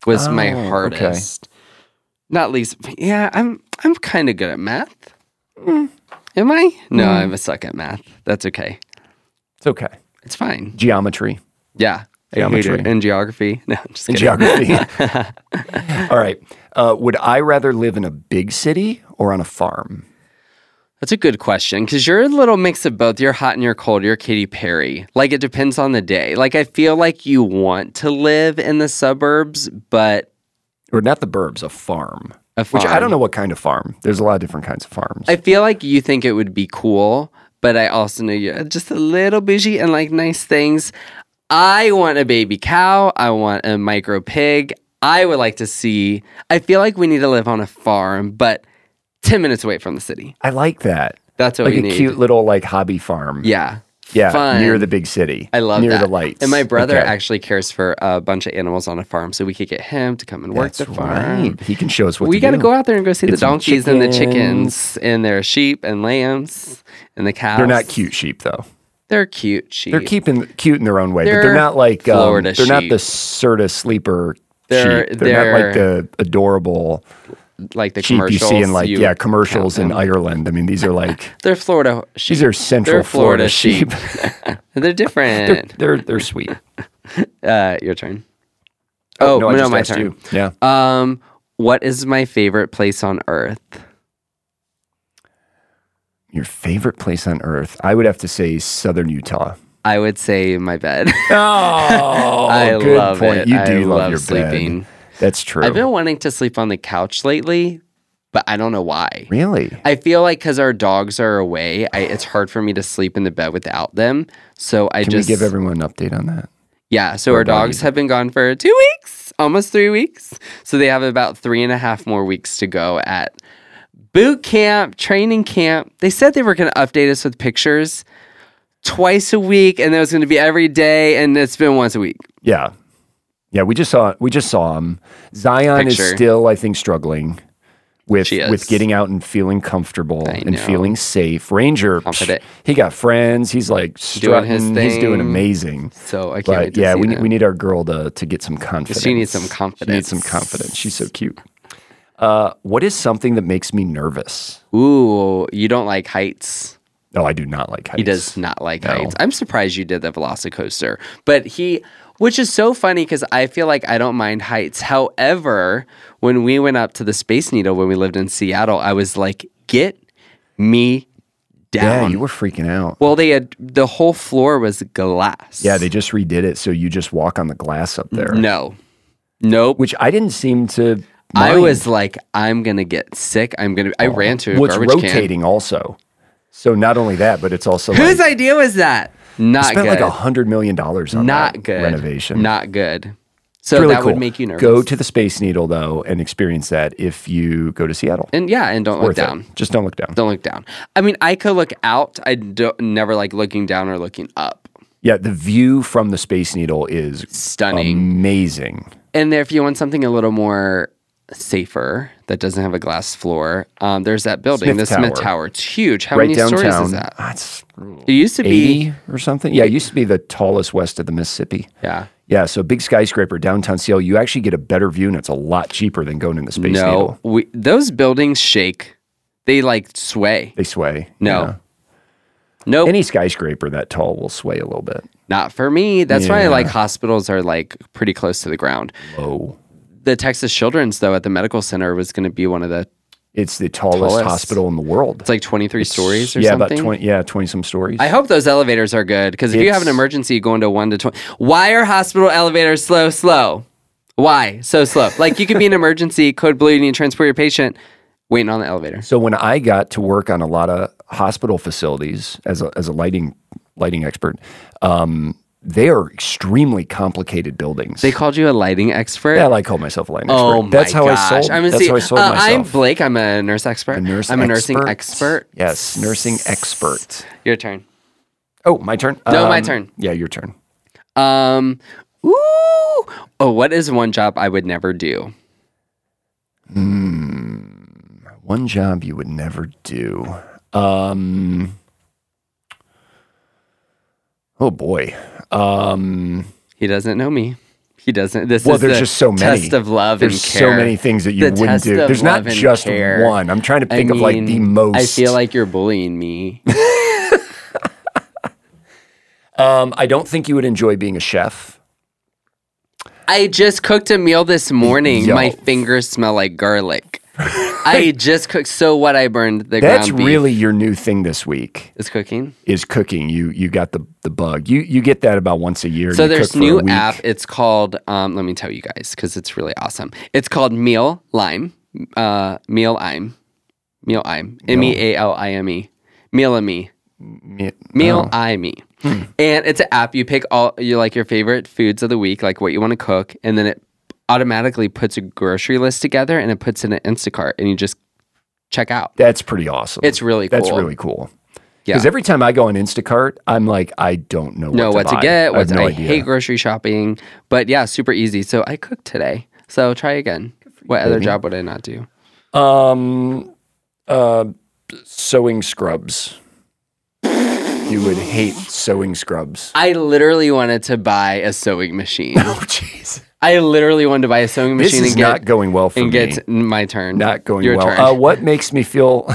Speaker 2: was my
Speaker 1: Oh, okay.
Speaker 2: hardest. Not least, yeah, I'm I'm kind of good at math.
Speaker 1: Hmm.
Speaker 2: Am I? No, I'm a suck at math. That's okay.
Speaker 1: It's okay.
Speaker 2: It's fine.
Speaker 1: Geometry,
Speaker 2: Yeah, I hate
Speaker 1: Geometry.
Speaker 2: it. and geography. No, I'm just
Speaker 1: and
Speaker 2: kidding.
Speaker 1: geography. all right. Uh, would I rather live in a big city or on a farm?
Speaker 2: That's a good question because you're a little mix of both. You're hot and you're cold. You're Katy Perry. Like it depends on the day. Like I feel like you want to live in the suburbs, but
Speaker 1: Or not the burbs, a farm.
Speaker 2: a
Speaker 1: Which I
Speaker 2: farm.
Speaker 1: don't know what kind of farm. There's a lot of different kinds of farms.
Speaker 2: I feel like you think it would be cool, but I also know you're just a little bougie and like nice things. I want a baby cow. I want a micro pig. I would like to see. I feel like we need to live on a farm, but 10 minutes away from the city.
Speaker 1: I like that.
Speaker 2: That's what
Speaker 1: like
Speaker 2: we
Speaker 1: a
Speaker 2: need.
Speaker 1: cute little like hobby farm.
Speaker 2: yeah.
Speaker 1: Yeah,
Speaker 2: Fun.
Speaker 1: near the big city.
Speaker 2: I love
Speaker 1: near
Speaker 2: that.
Speaker 1: the lights.
Speaker 2: And my brother
Speaker 1: Okay.
Speaker 2: actually cares for a bunch of animals on a farm, so we could get him to come and work
Speaker 1: That's
Speaker 2: the farm.
Speaker 1: right. He can show us what
Speaker 2: We
Speaker 1: to
Speaker 2: got to
Speaker 1: do.
Speaker 2: go out there and go see
Speaker 1: Get
Speaker 2: the
Speaker 1: some
Speaker 2: donkeys and the
Speaker 1: chickens.
Speaker 2: chickens and their sheep and lambs and the cows.
Speaker 1: They're not cute sheep though.
Speaker 2: They're cute sheep.
Speaker 1: They're keeping cute in their own way, but
Speaker 2: They're
Speaker 1: they're not like um,
Speaker 2: Florida
Speaker 1: they're not
Speaker 2: sheep.
Speaker 1: the Serta sleeper
Speaker 2: They're-
Speaker 1: sheep. They're, not like
Speaker 2: they're-
Speaker 1: the adorable
Speaker 2: like the
Speaker 1: sheep you
Speaker 2: commercials.
Speaker 1: see in like
Speaker 2: you-
Speaker 1: yeah commercials in Ireland. I mean, these are like
Speaker 2: They're Florida sheep.
Speaker 1: these are Central
Speaker 2: They're Florida
Speaker 1: sheep.
Speaker 2: they're different.
Speaker 1: they're they're sweet.
Speaker 2: uh, your turn. Oh,
Speaker 1: I
Speaker 2: no,
Speaker 1: just
Speaker 2: my
Speaker 1: asked
Speaker 2: turn.
Speaker 1: you. Yeah,
Speaker 2: Um, what is my favorite place on earth?
Speaker 1: your favorite place on earth? I would have to say Southern Utah.
Speaker 2: I would say my bed.
Speaker 1: Oh,
Speaker 2: I
Speaker 1: good
Speaker 2: love
Speaker 1: point.
Speaker 2: it.
Speaker 1: You
Speaker 2: I
Speaker 1: do love,
Speaker 2: love
Speaker 1: your
Speaker 2: sleeping.
Speaker 1: Bed. That's true.
Speaker 2: I've been wanting to sleep on the couch lately, but I don't know why.
Speaker 1: really?
Speaker 2: I feel like because our dogs are away, I, it's hard for me to sleep in the bed without them. So I
Speaker 1: Can
Speaker 2: just
Speaker 1: we give everyone an update on that?
Speaker 2: Yeah, so our dogs have been gone for two weeks, almost three weeks. So they have about three and a half more weeks to go at boot camp, training camp. They said they were going to update us with pictures twice a week, and that was going to be every day, and it's been once a week.
Speaker 1: Yeah, yeah. We just saw we just saw him. Zion is
Speaker 2: Picture.
Speaker 1: still, I think, struggling with
Speaker 2: She
Speaker 1: with
Speaker 2: is.
Speaker 1: getting out and feeling comfortable
Speaker 2: I
Speaker 1: and
Speaker 2: know.
Speaker 1: feeling safe. Ranger, psh,
Speaker 2: Confident.
Speaker 1: he got friends. He's like strutting.
Speaker 2: his
Speaker 1: He's doing
Speaker 2: thing.
Speaker 1: amazing.
Speaker 2: So I can't wait
Speaker 1: But
Speaker 2: to
Speaker 1: yeah,
Speaker 2: see
Speaker 1: we need,
Speaker 2: them.
Speaker 1: we need our girl to to get some confidence.
Speaker 2: needs some
Speaker 1: She needs some
Speaker 2: confidence.
Speaker 1: confidence. She's so cute. Uh, what is something that makes me nervous?
Speaker 2: Ooh, you don't like heights.
Speaker 1: No, I do not like heights.
Speaker 2: He does not like heights. I'm surprised you did the Velocicoaster, but he, which is so funny because I feel like I don't mind heights. However, when we went up to the Space Needle when we lived in Seattle, I was like, get me
Speaker 1: Yeah,
Speaker 2: down.
Speaker 1: you were freaking out.
Speaker 2: well, they had the whole floor was glass.
Speaker 1: Yeah, they just redid it, so you just walk on the glass up there,
Speaker 2: no, nope.
Speaker 1: which I didn't seem to.
Speaker 2: I
Speaker 1: mind.
Speaker 2: was like, I'm gonna get sick. I'm gonna. I ran to a
Speaker 1: Well, it's
Speaker 2: garbage can.
Speaker 1: Oh, rotating also. So not only that, but it's also
Speaker 2: Whose
Speaker 1: like,
Speaker 2: idea was that? Not
Speaker 1: spent
Speaker 2: good.
Speaker 1: like a hundred million dollars on
Speaker 2: not
Speaker 1: that
Speaker 2: good
Speaker 1: renovation.
Speaker 2: Not good.
Speaker 1: It's
Speaker 2: So
Speaker 1: really
Speaker 2: that
Speaker 1: cool.
Speaker 2: would make you nervous.
Speaker 1: Go to the Space Needle though and experience that if you go to Seattle.
Speaker 2: and yeah, and don't look
Speaker 1: Worth it.
Speaker 2: down.
Speaker 1: Just don't look down.
Speaker 2: Don't look down. I mean, I could look out. I don't never like looking down or looking up.
Speaker 1: Yeah, the view from the Space Needle is Um,
Speaker 2: Stunning.
Speaker 1: amazing.
Speaker 2: and if you want something a little more safer that doesn't have a glass floor, um, there's that building,
Speaker 1: Smith
Speaker 2: the Smith
Speaker 1: Tower.
Speaker 2: Tower. It's huge. How
Speaker 1: Right
Speaker 2: many
Speaker 1: downtown.
Speaker 2: stories is that?
Speaker 1: Ah, it's
Speaker 2: It used to be.
Speaker 1: eighty or something. Yeah, it used to be the tallest west of the Mississippi.
Speaker 2: Yeah.
Speaker 1: Yeah, so big skyscraper downtown Seattle, you actually get a better view and it's a lot cheaper than going in the Space Needle.
Speaker 2: No, we, those buildings shake. They like sway.
Speaker 1: They sway.
Speaker 2: No.
Speaker 1: Yeah.
Speaker 2: Nope.
Speaker 1: Any skyscraper that tall will sway a little bit.
Speaker 2: Not for me. That's why
Speaker 1: Yeah.
Speaker 2: like hospitals are like pretty close to the ground.
Speaker 1: Low.
Speaker 2: The Texas Children's though at the medical center was going to be one of the
Speaker 1: It's the tallest,
Speaker 2: Tallest.
Speaker 1: hospital in the world.
Speaker 2: it's like 23 stories or
Speaker 1: yeah,
Speaker 2: something.
Speaker 1: about 20 yeah, 20 some stories.
Speaker 2: I hope those elevators are good because if you have an
Speaker 1: It's-
Speaker 2: emergency going to 1 to 20 why are hospital elevators slow slow? Why? So slow. like you could be in an emergency code blue you need to transport your patient waiting on the elevator.
Speaker 1: so when I got to work on a lot of hospital facilities as a, as a lighting lighting expert, um, they are extremely complicated buildings.
Speaker 2: They called you a lighting expert.
Speaker 1: yeah, I call myself a lighting
Speaker 2: Oh
Speaker 1: expert. That's
Speaker 2: my
Speaker 1: how
Speaker 2: gosh.
Speaker 1: I sold.
Speaker 2: I'm a
Speaker 1: that's
Speaker 2: C-
Speaker 1: how I sold
Speaker 2: uh,
Speaker 1: myself.
Speaker 2: I'm Blake. I'm a nurse expert.
Speaker 1: nurse
Speaker 2: I'm a nursing
Speaker 1: expert.
Speaker 2: expert.
Speaker 1: Yes, nursing expert.
Speaker 2: Your turn.
Speaker 1: Oh, my turn.
Speaker 2: No, my turn.
Speaker 1: Yeah, your turn.
Speaker 2: Um, ooh. Oh, what is one job I would never do?
Speaker 1: One job you would never do. Um, oh boy. Um,
Speaker 2: He doesn't know me. He doesn't. This
Speaker 1: well,
Speaker 2: is
Speaker 1: there's
Speaker 2: the
Speaker 1: just so many.
Speaker 2: test of love
Speaker 1: There's
Speaker 2: and
Speaker 1: so
Speaker 2: care.
Speaker 1: many things that you
Speaker 2: The
Speaker 1: wouldn't
Speaker 2: test
Speaker 1: do.
Speaker 2: of
Speaker 1: There's not
Speaker 2: love and
Speaker 1: just
Speaker 2: care.
Speaker 1: one. I'm trying to
Speaker 2: I
Speaker 1: think of like the
Speaker 2: mean,
Speaker 1: most.
Speaker 2: I feel like you're bullying me.
Speaker 1: um, I don't think you would enjoy being a chef.
Speaker 2: I just cooked a meal this morning.
Speaker 1: Yo.
Speaker 2: My fingers smell like garlic. I just cooked. So what? I burned the
Speaker 1: That's
Speaker 2: ground beef.
Speaker 1: really your new thing this week
Speaker 2: is cooking.
Speaker 1: is cooking. You you got the the bug. You you get that about once a year.
Speaker 2: So
Speaker 1: You
Speaker 2: there's
Speaker 1: cook for a
Speaker 2: new
Speaker 1: week.
Speaker 2: app. It's called. Um, let me tell you guys because it's really awesome. It's called Meal Lime. Uh, Meal I'm. Meal I'm. M e a l i m e. Meal me.
Speaker 1: Me- uh,
Speaker 2: Meal
Speaker 1: Oh.
Speaker 2: I me.
Speaker 1: Hmm.
Speaker 2: And it's an app. You pick all you like your favorite foods of the week, like what you want to cook, and then it automatically puts a grocery list together and it puts it in an Instacart, and you just check out.
Speaker 1: That's pretty awesome.
Speaker 2: It's really
Speaker 1: That's
Speaker 2: cool.
Speaker 1: really cool.
Speaker 2: Yeah.
Speaker 1: Because every time I go on Instacart, I'm like, I don't know what
Speaker 2: know
Speaker 1: to
Speaker 2: what to
Speaker 1: buy.
Speaker 2: get.
Speaker 1: I have
Speaker 2: What
Speaker 1: no
Speaker 2: I
Speaker 1: idea.
Speaker 2: hate grocery shopping, but yeah, super easy. So I cooked today. So try again. What other job would I not do?
Speaker 1: Um, uh, sewing scrubs. you would hate sewing scrubs.
Speaker 2: I literally wanted to buy a sewing machine.
Speaker 1: Oh, jeez.
Speaker 2: I literally wanted to buy a sewing
Speaker 1: This
Speaker 2: machine
Speaker 1: is
Speaker 2: and get
Speaker 1: not going well for
Speaker 2: and
Speaker 1: me.
Speaker 2: get my turn.
Speaker 1: not going
Speaker 2: your
Speaker 1: well.
Speaker 2: Turn.
Speaker 1: Uh, what makes me feel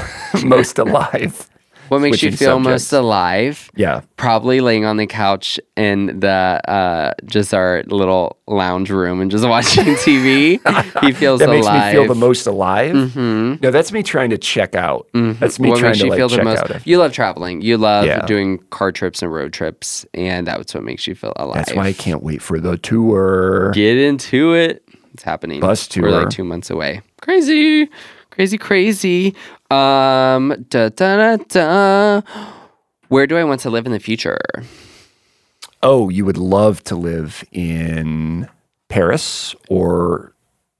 Speaker 1: most alive?
Speaker 2: what makes you
Speaker 1: switching
Speaker 2: feel
Speaker 1: subjects.
Speaker 2: most alive?
Speaker 1: Yeah.
Speaker 2: Probably laying on the couch in the uh, just our little lounge room and just watching TV. he feels
Speaker 1: That
Speaker 2: alive. Mm-hmm.
Speaker 1: makes me feel the most alive. No, that's me trying to check out. That's me
Speaker 2: what
Speaker 1: trying
Speaker 2: makes
Speaker 1: to
Speaker 2: you
Speaker 1: like,
Speaker 2: feel the
Speaker 1: check
Speaker 2: most?
Speaker 1: out.
Speaker 2: You love traveling. You love
Speaker 1: Yeah.
Speaker 2: doing car trips and road trips, and that's what makes you feel alive.
Speaker 1: That's why I can't wait for the tour.
Speaker 2: Get into it. It's happening.
Speaker 1: Bus
Speaker 2: We're
Speaker 1: tour.
Speaker 2: like two months away. Crazy, crazy, crazy. Um, da da da da. Where do I want to live in the future?
Speaker 1: oh, you would love to live in Paris or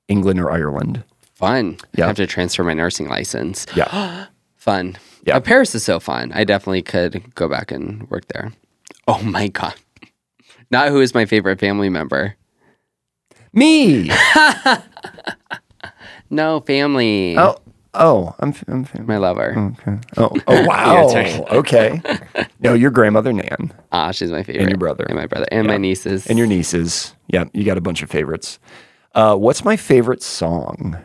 Speaker 1: England or Ireland.
Speaker 2: Fun.
Speaker 1: Yeah.
Speaker 2: I have to transfer my nursing license.
Speaker 1: Yeah.
Speaker 2: Fun.
Speaker 1: Yeah.
Speaker 2: Uh, Paris is so fun. I definitely could go back and work there. Oh my God. Not who is my favorite family member.
Speaker 1: Me.
Speaker 2: No, family.
Speaker 1: oh, oh, I'm, I'm,
Speaker 2: My lover.
Speaker 1: oh, oh, wow.
Speaker 2: Yeah, that's
Speaker 1: okay. No, your grandmother Nan
Speaker 2: Ah, she's my favorite.
Speaker 1: and your brother
Speaker 2: And my brother. And my nieces.
Speaker 1: and your nieces. Yeah, you got a bunch of favorites. Uh, what's my favorite song?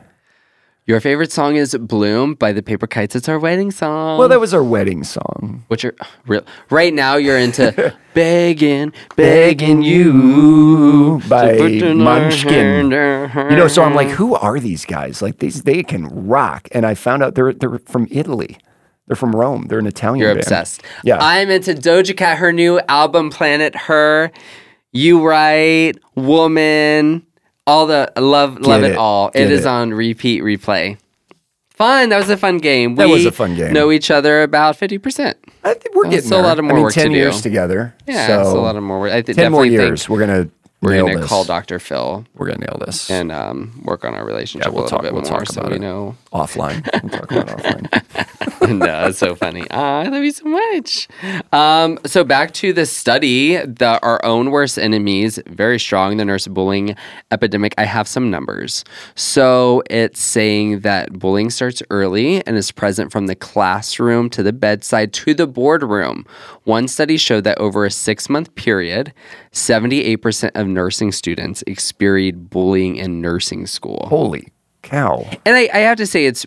Speaker 2: Your favorite song is Bloom by the Paper Kites. It's our wedding song.
Speaker 1: Well, that was our wedding song.
Speaker 2: Which are real right now you're into begging,
Speaker 1: Begging
Speaker 2: begging
Speaker 1: You
Speaker 2: you
Speaker 1: by
Speaker 2: to put your
Speaker 1: Munchkin.
Speaker 2: hand in her
Speaker 1: You know, so I'm like,
Speaker 2: hand.
Speaker 1: who are these guys? Like these, they can rock. And I found out they're they're from Italy. They're from Rome. They're an Italian.
Speaker 2: you're
Speaker 1: band.
Speaker 2: obsessed.
Speaker 1: Yeah.
Speaker 2: I'm into Doja Cat, her new album Planet Her, You Right, Woman, all the love love
Speaker 1: Get
Speaker 2: it,
Speaker 1: it.
Speaker 2: all.
Speaker 1: Get
Speaker 2: it is
Speaker 1: it.
Speaker 2: on repeat replay. Fun. That was a fun game.
Speaker 1: That
Speaker 2: we
Speaker 1: was a fun game.
Speaker 2: Know each other about fifty percent.
Speaker 1: I think we're getting
Speaker 2: still a
Speaker 1: there.
Speaker 2: lot of
Speaker 1: I
Speaker 2: more
Speaker 1: mean,
Speaker 2: work to
Speaker 1: ten
Speaker 2: do.
Speaker 1: years together.
Speaker 2: Yeah,
Speaker 1: so
Speaker 2: that's a lot of more. work. I think
Speaker 1: ten more
Speaker 2: definitely think
Speaker 1: years. We're gonna
Speaker 2: we're
Speaker 1: nail
Speaker 2: gonna
Speaker 1: this.
Speaker 2: call Dr. Phil
Speaker 1: We're gonna nail this
Speaker 2: and um, work on our relationship
Speaker 1: we'll
Speaker 2: a little
Speaker 1: talk-
Speaker 2: bit
Speaker 1: we'll
Speaker 2: more
Speaker 1: talk
Speaker 2: so
Speaker 1: about
Speaker 2: we
Speaker 1: it.
Speaker 2: know.
Speaker 1: offline. We'll talk about it offline.
Speaker 2: no, it's so funny. Ah, I love you so much. Um, so back to the study, the our own worst enemies, very strong, the nurse bullying epidemic. I have some numbers. So it's saying that bullying starts early and is present from the classroom to the bedside to the boardroom. One study showed that over a six month period, 78% of nursing students experienced bullying in nursing school.
Speaker 1: Holy cow!
Speaker 2: And I, I have to say, it's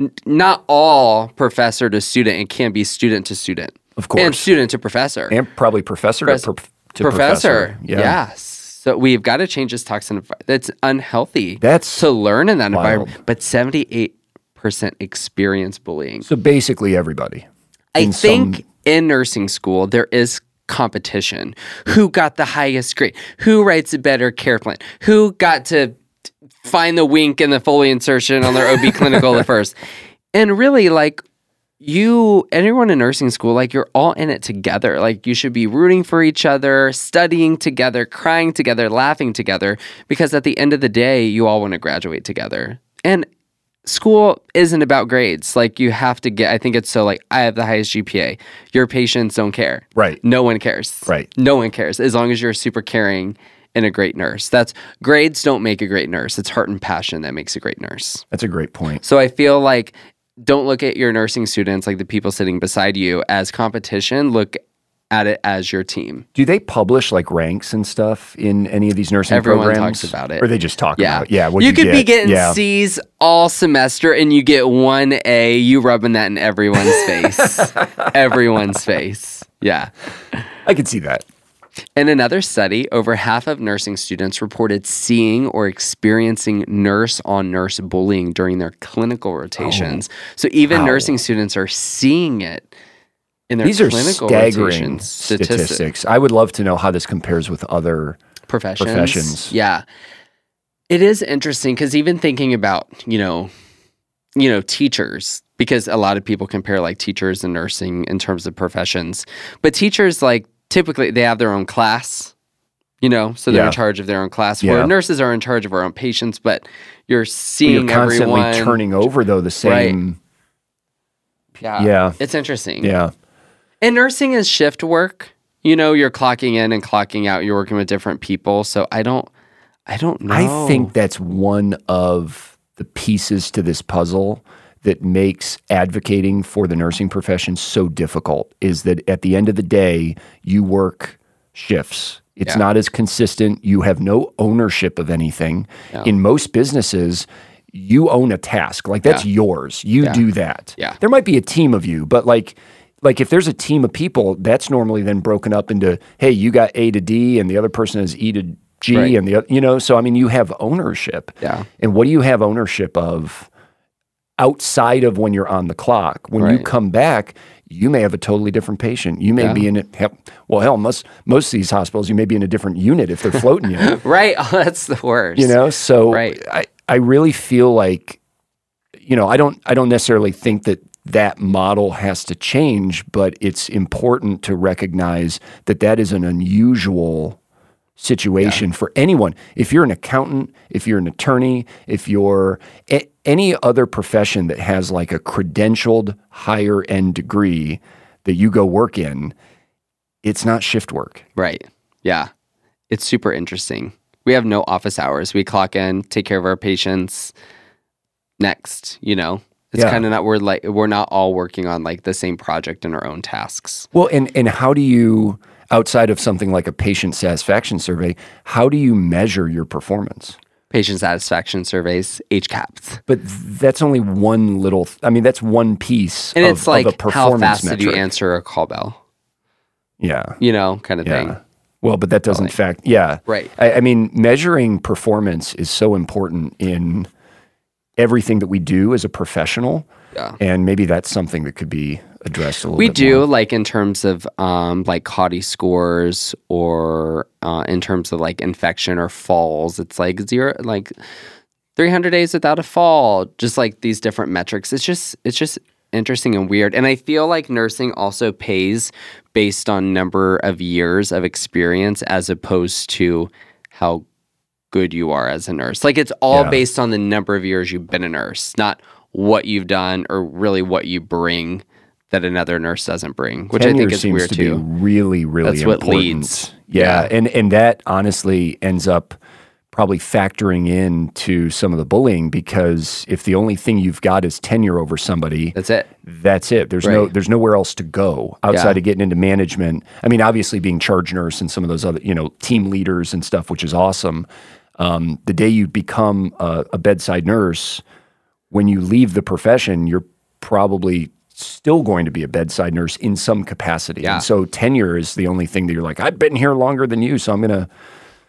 Speaker 2: n- not all professor to student. It can be student to student.
Speaker 1: Of course.
Speaker 2: And student to professor.
Speaker 1: And probably professor to,
Speaker 2: Professor.
Speaker 1: prof- to professor.
Speaker 2: Yes. So we've got to change this toxin. envi- That's unhealthy.
Speaker 1: That's
Speaker 2: to learn in that
Speaker 1: wild.
Speaker 2: environment. But 78% experience bullying.
Speaker 1: So basically everybody.
Speaker 2: I
Speaker 1: in some-
Speaker 2: think in nursing school, there is competition. Who got the highest grade? Who writes a better care plan? Who got to find the wink and the Foley insertion on their OB clinical the first? And really, like, you, everyone in nursing school, like, you're all in it together. Like, you should be rooting for each other, studying together, crying together, laughing together, because at the end of the day, you all want to graduate together. And school isn't about grades. Like you have to get. I think it's so like I have the highest GPA. Your patients don't care.
Speaker 1: Right.
Speaker 2: No one cares.
Speaker 1: Right.
Speaker 2: No one cares as long as you're super caring and a great nurse. That's grades don't make a great nurse. It's heart and passion that makes a great nurse.
Speaker 1: That's a great point.
Speaker 2: So I feel like don't look at your nursing students like the people sitting beside you as competition. Look at it as your team.
Speaker 1: Do they publish like ranks and stuff in any of these nursing
Speaker 2: Everyone
Speaker 1: programs?
Speaker 2: talks about it.
Speaker 1: Or they just talk
Speaker 2: Yeah.
Speaker 1: about it. Yeah. what'd
Speaker 2: You could be
Speaker 1: get?
Speaker 2: getting
Speaker 1: yeah.
Speaker 2: C's all semester and you get one A, you rubbing that in everyone's face. everyone's face. Yeah.
Speaker 1: I could see that.
Speaker 2: In another study, over half of nursing students reported seeing or experiencing nurse on nurse bullying during their clinical rotations.
Speaker 1: Oh.
Speaker 2: so even
Speaker 1: Wow.
Speaker 2: nursing students are seeing it in their
Speaker 1: These are
Speaker 2: clinical
Speaker 1: staggering
Speaker 2: rotations.
Speaker 1: statistics. I would love to know how this compares with other.
Speaker 2: professions.
Speaker 1: Professions.
Speaker 2: Yeah. It is interesting because even thinking about, you know, you know, teachers, because a lot of people compare like teachers and nursing in terms of professions. But teachers like typically they have their own class, you know, so they're
Speaker 1: Yeah.
Speaker 2: in charge of their own class.
Speaker 1: Yeah.
Speaker 2: Where nurses are in charge of our own patients, but you're seeing
Speaker 1: You're constantly
Speaker 2: everyone
Speaker 1: turning over though the same.
Speaker 2: Yeah.
Speaker 1: Yeah.
Speaker 2: It's interesting.
Speaker 1: Yeah.
Speaker 2: And nursing is shift work. You know, you're clocking in and clocking out. You're working with different people. So I don't I don't know.
Speaker 1: I think that's one of the pieces to this puzzle that makes advocating for the nursing profession so difficult is that at the end of the day, you work shifts. It's
Speaker 2: Yeah.
Speaker 1: not as consistent. You have no ownership of anything. In most businesses, you own a task. Like that's yours. You do that.
Speaker 2: Yeah.
Speaker 1: There might be a team of you, but like like if there's a team of people, that's normally then broken up into, hey, you got A to D and the other person is E to G
Speaker 2: Right.
Speaker 1: and the oth- you know, so I mean you have ownership.
Speaker 2: Yeah.
Speaker 1: And what do you have ownership of outside of when you're on the clock? When you
Speaker 2: Right.
Speaker 1: come back, you may have a totally different patient. You may be in a hell, well, hell, most most of these hospitals you may be in a different unit if they're floating you.
Speaker 2: Right. Oh, that's the worst.
Speaker 1: you know so
Speaker 2: Right.
Speaker 1: I, I really feel like you know i don't i don't necessarily think that that model has to change, but it's important to recognize that that is an unusual situation for anyone. If you're an accountant, if you're an attorney, if you're a- any other profession that has like a credentialed higher end degree that you go work in, it's not shift work.
Speaker 2: Right. Yeah. It's super interesting. We have no office hours. We clock in, take care of our patients. Next, you know, it's
Speaker 1: Yeah.
Speaker 2: kind of not we're like we're not all working on like the same project and our own tasks.
Speaker 1: Well, and and how do you outside of something like a patient satisfaction survey, how do you measure your performance?
Speaker 2: Patient satisfaction surveys, HCAPs.
Speaker 1: But th- that's only one little. th- I mean, that's one piece.
Speaker 2: And
Speaker 1: of,
Speaker 2: it's like
Speaker 1: of a
Speaker 2: how
Speaker 1: performance
Speaker 2: fast
Speaker 1: metric.
Speaker 2: did you answer a call bell?
Speaker 1: Yeah,
Speaker 2: You know, kind of
Speaker 1: yeah.
Speaker 2: thing.
Speaker 1: Well, but that doesn't fact. Yeah,
Speaker 2: Right.
Speaker 1: I, I mean, measuring performance is so important in everything that we do as a professional.
Speaker 2: Yeah.
Speaker 1: And maybe that's something that could be addressed a little.
Speaker 2: We
Speaker 1: bit
Speaker 2: do
Speaker 1: more.
Speaker 2: like in terms of um, like CODI scores or uh, in terms of like infection or falls. It's like zero, like 300 days without a fall. Just like these different metrics. It's just it's just interesting and weird. And I feel like nursing also pays based on number of years of experience as opposed to how good you are as a nurse. Like it's all
Speaker 1: Yeah.
Speaker 2: based on the number of years you've been a nurse, not what you've done or really what you bring that another nurse doesn't bring, which I
Speaker 1: Tenure
Speaker 2: think is
Speaker 1: seems
Speaker 2: weird
Speaker 1: to
Speaker 2: too.
Speaker 1: Be really, really
Speaker 2: That's what
Speaker 1: important.
Speaker 2: leads.
Speaker 1: Yeah.
Speaker 2: Yeah.
Speaker 1: and and that honestly ends up probably factoring into some of the bullying because if the only thing you've got is tenure over somebody,
Speaker 2: That's it.
Speaker 1: that's it. There's no
Speaker 2: Right.
Speaker 1: there's nowhere else to go outside
Speaker 2: Yeah.
Speaker 1: of getting into management. I mean, obviously being charge nurse and some of those other you know team leaders and stuff, which is awesome. Um, the day you become a, a bedside nurse, when you leave the profession, you're probably still going to be a bedside nurse in some capacity.
Speaker 2: Yeah.
Speaker 1: And so tenure is the only thing that you're like, I've been here longer than you, so I'm gonna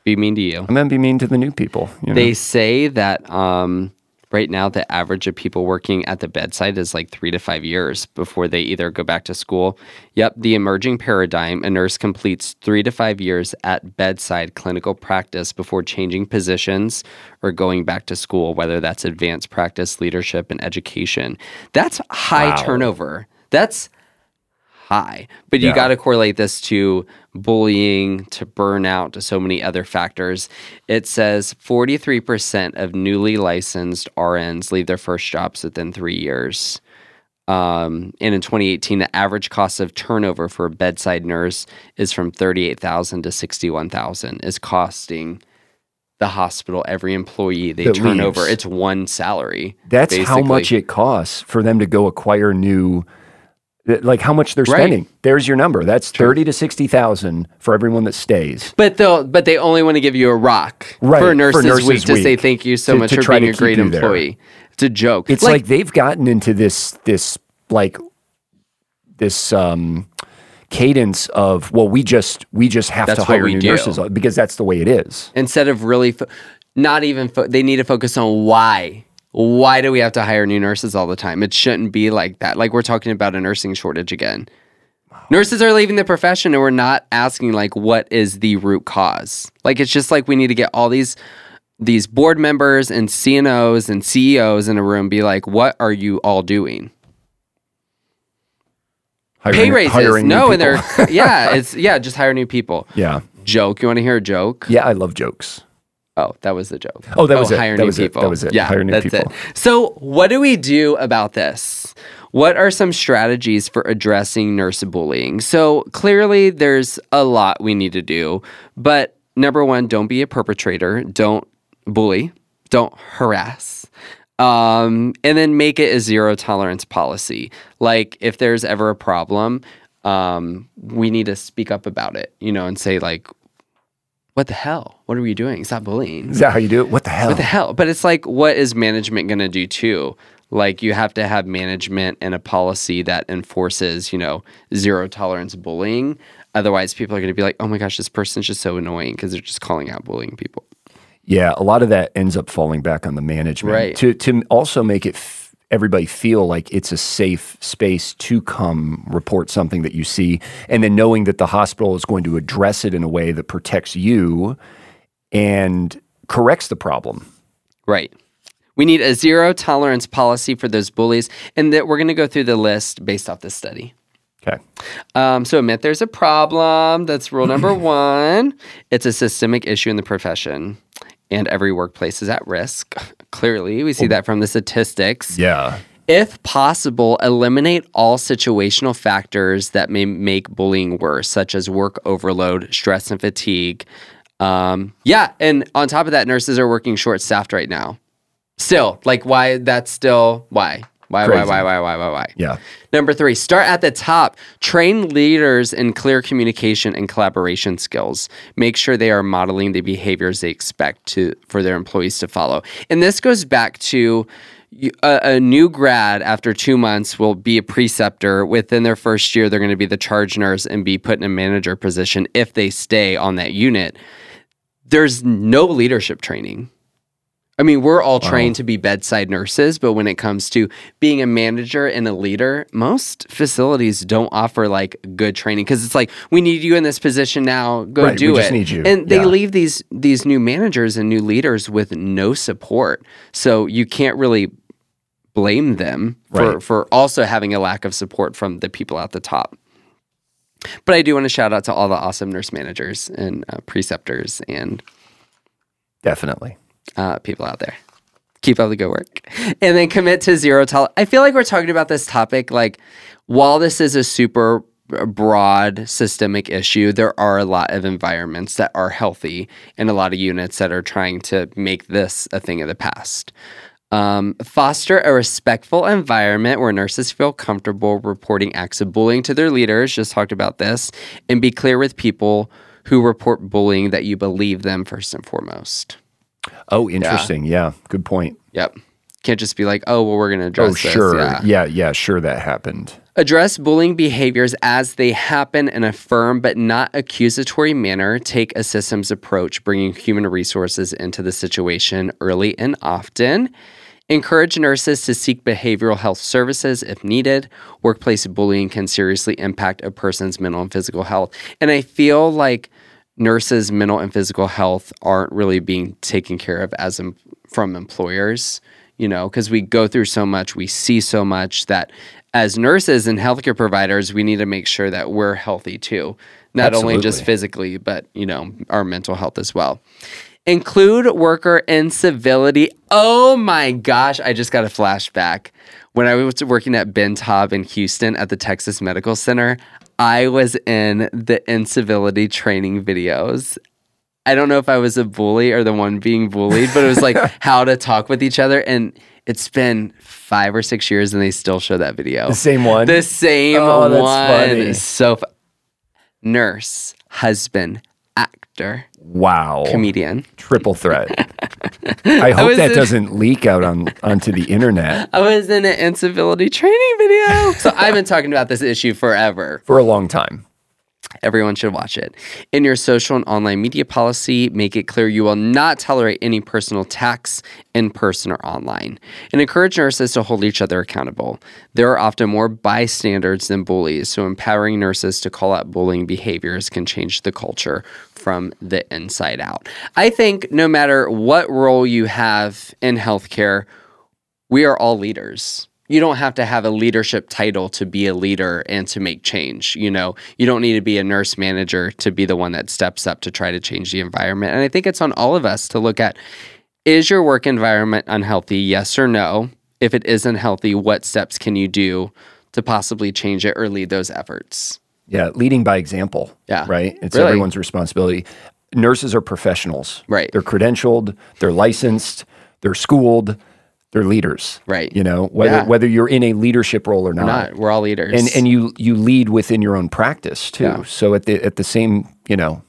Speaker 2: Be mean to you.
Speaker 1: I'm gonna be mean to the new people. You know?
Speaker 2: They say that um, right now the average of people working at the bedside is like three to five years before they either go back to school. Yep, the emerging paradigm a nurse completes three to five years at bedside clinical practice before changing positions or going back to school, whether that's advanced practice, leadership, and education. That's high turnover. That's high. But you
Speaker 1: Yeah.
Speaker 2: got to correlate this to bullying, to burnout, to so many other factors. It says 43% of newly licensed RNs leave their first jobs within three years. Um, and in 2018, the average cost of turnover for a bedside nurse is from 38,000 to 61,000 is costing the hospital every employee they
Speaker 1: That
Speaker 2: turn over.
Speaker 1: leaves.
Speaker 2: It's one salary.
Speaker 1: That's how
Speaker 2: basically.
Speaker 1: much it costs for them to go acquire new, th- like how much they're
Speaker 2: Right.
Speaker 1: spending. There's your number. That's thirty to sixty thousand for everyone that stays.
Speaker 2: But they'll but they only want to give you a rock
Speaker 1: Right,
Speaker 2: for
Speaker 1: for
Speaker 2: Nurses,
Speaker 1: Nurses
Speaker 2: Week to say
Speaker 1: Week,
Speaker 2: thank you so
Speaker 1: to-
Speaker 2: much
Speaker 1: to
Speaker 2: for
Speaker 1: try
Speaker 2: being a
Speaker 1: to keep
Speaker 2: great
Speaker 1: you there.
Speaker 2: employee. It's a joke.
Speaker 1: It's like, they've gotten into this this like this um, cadence of well, we just we just have
Speaker 2: That's
Speaker 1: to
Speaker 2: what
Speaker 1: hire
Speaker 2: we
Speaker 1: new
Speaker 2: do.
Speaker 1: nurses because that's the way it is.
Speaker 2: instead of really fo- not even fo- they need to focus on why. Why do we have to hire new nurses all the time? It shouldn't be like that. Like we're talking about a nursing shortage again. Nurses are leaving the profession and we're not asking like what is the root cause. Like it's just like we need to get all these these board members and CNOs and CEOs in a room be like what are you all doing?
Speaker 1: Hiring,
Speaker 2: pay raises.
Speaker 1: hiring new
Speaker 2: no, and
Speaker 1: people.
Speaker 2: they're yeah, it's yeah, just hire new people.
Speaker 1: yeah,
Speaker 2: Joke. You want to hear a joke?
Speaker 1: yeah. I love jokes.
Speaker 2: Oh, that was the joke.
Speaker 1: Oh, that was it.
Speaker 2: Hire
Speaker 1: That
Speaker 2: new
Speaker 1: was it.
Speaker 2: people.
Speaker 1: That was it.
Speaker 2: Yeah,
Speaker 1: Hire new
Speaker 2: that's
Speaker 1: people.
Speaker 2: It. So, what do we do about this? What are some strategies for addressing nurse bullying? So, clearly, there's a lot we need to do. But number one, don't be a perpetrator. Don't bully. Don't harass. Um, and then make it a zero tolerance policy. Like, if there's ever a problem, um, we need to speak up about it, you know, and say, like, what the hell? What are we doing? Stop bullying
Speaker 1: Is that how you do it? What the hell?
Speaker 2: the hell? But it's like, what is management going to do too? Like, you have to have management and a policy that enforces, you know, zero tolerance bullying. Otherwise, people are going to be like, oh my gosh, this person's just so annoying because they're just calling out bullying people.
Speaker 1: Yeah, a lot of that ends up falling back on the management
Speaker 2: Right.
Speaker 1: to to also make it f- everybody feel like it's a safe space to come report something that you see, and then knowing that the hospital is going to address it in a way that protects you and corrects the problem.
Speaker 2: Right. We need a zero tolerance policy for those bullies, and that we're going to go through the list based off this study.
Speaker 1: Okay.
Speaker 2: Um, so admit there's a problem. That's rule number one. It's a systemic issue in the profession, and every workplace is at risk. Clearly, we see that from the statistics.
Speaker 1: Yeah.
Speaker 2: If possible, eliminate all situational factors that may make bullying worse, such as work overload, stress, and fatigue. Um, yeah, and on top of that, nurses are working short staffed right now. Still, like, why? That's still why? Why,
Speaker 1: Crazy.
Speaker 2: why, why, why, why, why, why?
Speaker 1: Yeah.
Speaker 2: Number three, start at the top. Train leaders in clear communication and collaboration skills. Make sure they are modeling the behaviors they expect to for their employees to follow. And this goes back to you- a, a new grad after two months will be a preceptor. Within their first year, they're going to be the charge nurse and be put in a manager position if they stay on that unit. There's no leadership training. I mean, we're all trained to be bedside nurses, but when it comes to being a manager and a leader, most facilities don't offer like good training because it's like we need you in this position now. Go
Speaker 1: Right, we
Speaker 2: do it.
Speaker 1: just need you.
Speaker 2: And they
Speaker 1: Yeah.
Speaker 2: leave these these new managers and new leaders with no support, so you can't really blame them for
Speaker 1: Right.
Speaker 2: for also having a lack of support from the people at the top. But I do want to shout out to all the awesome nurse managers and uh, preceptors and
Speaker 1: Definitely.
Speaker 2: uh, people out there. Keep up the good work. And then commit to zero tolerance. I feel like we're talking about this topic like while this is a super broad systemic issue, there are a lot of environments that are healthy and a lot of units that are trying to make this a thing of the past. Um, foster a respectful environment where nurses feel comfortable reporting acts of bullying to their leaders. Just talked about this. And be clear with people who report bullying that you believe them first and foremost.
Speaker 1: Oh, interesting. Yeah. Good point.
Speaker 2: Yep. Can't just be like, oh, well, we're going to address
Speaker 1: Oh,
Speaker 2: this.
Speaker 1: sure.
Speaker 2: Yeah.
Speaker 1: yeah. Yeah. Sure. That happened.
Speaker 2: Address bullying behaviors as they happen in a firm but not accusatory manner. Take a systems approach, bringing human resources into the situation early and often. Encourage nurses to seek behavioral health services if needed. Workplace bullying can seriously impact a person's mental and physical health. And I feel like nurses' mental and physical health aren't really being taken care of as em- from employers, you know, because we go through so much, we see so much that as nurses and healthcare providers, we need to make sure that we're healthy too, not only just
Speaker 1: Absolutely.
Speaker 2: physically, but you know, our mental health as well. Include worker incivility. Oh my gosh, I just got a flashback. When I was working at Ben Taub in Houston at the Texas Medical Center, I was in the incivility training videos. I don't know if I was a bully or the one being bullied, but it was like how to talk with each other. And it's been five or six years and they still show that video.
Speaker 1: The same one.
Speaker 2: The same
Speaker 1: Oh, that's
Speaker 2: one.
Speaker 1: funny.
Speaker 2: So, fu- nurse, husband, actor,
Speaker 1: Oh. wow.
Speaker 2: comedian.
Speaker 1: Triple threat. I hope
Speaker 2: was
Speaker 1: that
Speaker 2: in-
Speaker 1: doesn't leak out on onto the internet
Speaker 2: I was in an incivility training video. so I've been talking about this issue forever.
Speaker 1: for a long time.
Speaker 2: Everyone should watch it. In your social and online media policy, make it clear you will not tolerate any personal attacks in person or online. And encourage nurses to hold each other accountable. There are often more bystanders than bullies, so empowering nurses to call out bullying behaviors can change the culture from the inside out. I think no matter what role you have in healthcare, we are all leaders. You don't have to have a leadership title to be a leader and to make change. You know, you don't need to be a nurse manager to be the one that steps up to try to change the environment. And I think it's on all of us to look at is your work environment unhealthy? Yes or no? If it is unhealthy, what steps can you do to possibly change it or lead those efforts?
Speaker 1: Yeah, leading by example.
Speaker 2: Yeah.
Speaker 1: Right? It's
Speaker 2: Really.
Speaker 1: everyone's responsibility. Nurses are professionals.
Speaker 2: Right.
Speaker 1: They're credentialed, they're licensed, they're schooled, they're leaders.
Speaker 2: Right.
Speaker 1: You know, whether
Speaker 2: Yeah.
Speaker 1: whether you're in a leadership role or not.
Speaker 2: Not, we're all leaders.
Speaker 1: And and you you lead within your own practice too. So at the at the same, you know,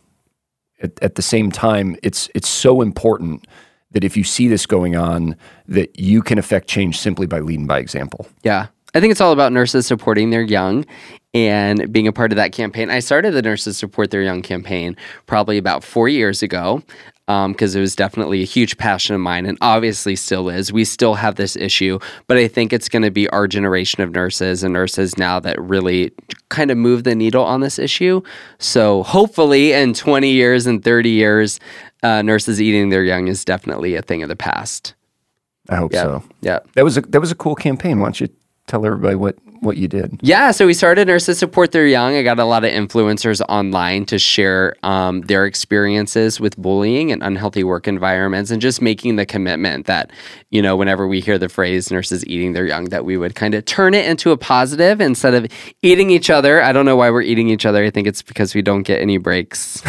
Speaker 1: at, at the same time, it's it's so important that if you see this going on, that you can affect change simply by leading by example.
Speaker 2: Yeah. I think it's all about nurses supporting their young and being a part of that campaign. I started the Nurses Support Their Young campaign probably about four years ago because it was definitely a huge passion of mine and obviously still is. We still have this issue, but I think it's going to be our generation of nurses and nurses now that really kind of move the needle on this issue. So hopefully, in 20 years and 30 years, uh, nurses eating their young is definitely a thing of the past.
Speaker 1: I hope
Speaker 2: Yeah.
Speaker 1: so.
Speaker 2: Yeah.
Speaker 1: That was a that was a cool campaign. Why don't you tell everybody what what you did?
Speaker 2: Yeah, so we started Nurses Support Their Young. I got a lot of influencers online to share um, their experiences with bullying and unhealthy work environments and just making the commitment that, you know, whenever we hear the phrase nurses eating their young, that we would kind of turn it into a positive instead of eating each other. I don't know why we're eating each other. I think it's because we don't get any breaks.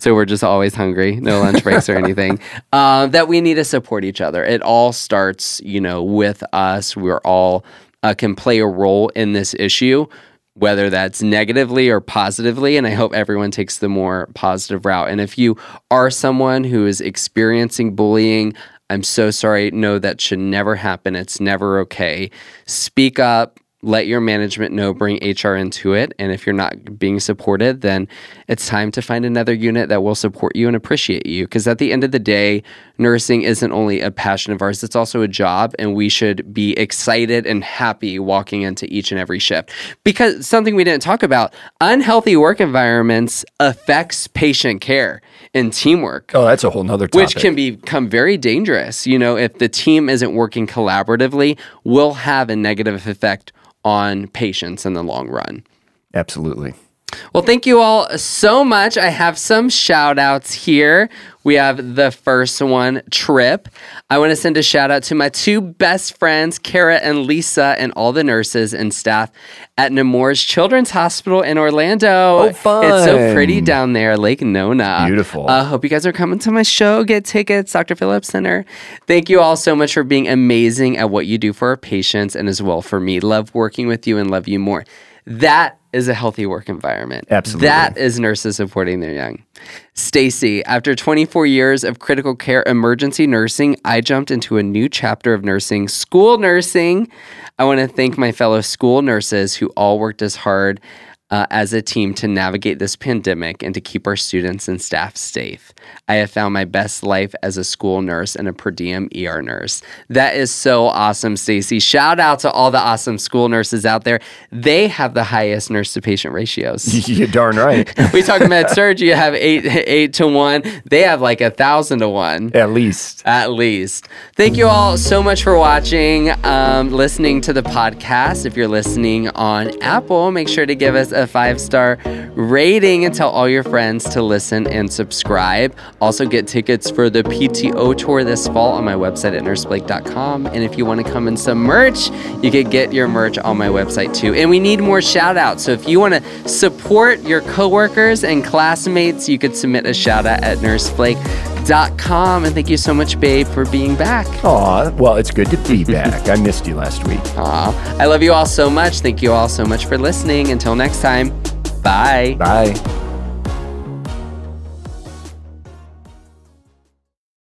Speaker 2: so we're just always hungry, no lunch breaks or anything. Uh, that we need to support each other. It all starts, you know, with us. We're all uh, can play a role in this issue, whether that's negatively or positively. And I hope everyone takes the more positive route. And if you are someone who is experiencing bullying, I'm so sorry. No, that should never happen. It's never okay. Speak up. Let your management know, bring HR into it. And if you're not being supported, then it's time to find another unit that will support you and appreciate you. Because at the end of the day, nursing isn't only a passion of ours, it's also a job. And we should be excited and happy walking into each and every shift. Because something we didn't talk about unhealthy work environments affects patient care and teamwork
Speaker 1: Oh, that's a whole nother topic.
Speaker 2: which can become very dangerous. You know, if the team isn't working collaboratively, will have a negative effect on patients in the long run.
Speaker 1: Absolutely.
Speaker 2: Well, thank you all so much. I have some shout outs here. We have the first one, Trip. I want to send a shout out to my two best friends, Kara and Lisa, and all the nurses and staff at Nemours Children's Hospital in Orlando.
Speaker 1: Oh, fun.
Speaker 2: It's so pretty down there, Lake Nona.
Speaker 1: Beautiful.
Speaker 2: Uh, hope you guys are coming to my show. Get tickets, Dr. Phillips Center. Thank you all so much for being amazing at what you do for our patients and as well for me. Love working with you and love you more. That is a healthy work environment.
Speaker 1: Absolutely.
Speaker 2: That is nurses supporting their young. Stacy, after 24 years of critical care emergency nursing, I jumped into a new chapter of nursing, school nursing. I want to thank my fellow school nurses who all worked as hard uh, as a team to navigate this pandemic and to keep our students and staff safe. I have found my best life as a school nurse and a per diem ER nurse. That is so awesome, Stacy. Shout out to all the awesome school nurses out there. They have the highest nurse to patient ratios
Speaker 1: You're darn right.
Speaker 2: we talk med surge, you have eight eight to one. They have like a thousand to one.
Speaker 1: At least.
Speaker 2: At least. Thank you all so much for watching, um, listening to the podcast. If you're listening on Apple, make sure to give us a five star rating and tell all your friends to listen and subscribe. Also, get tickets for the PTO tour this fall on my website at nurseblake.com. And if you want to come in some merch, you could get your merch on my website too. And we need more shout outs. So if you want to support your coworkers and classmates, you could submit a shout out at nurseblake.com. And thank you so much, babe, for being back.
Speaker 1: Aw, well, it's good to be back. I missed you last week.
Speaker 2: Aw, I love you all so much. Thank you all so much for listening. Until next time, bye.
Speaker 1: Bye.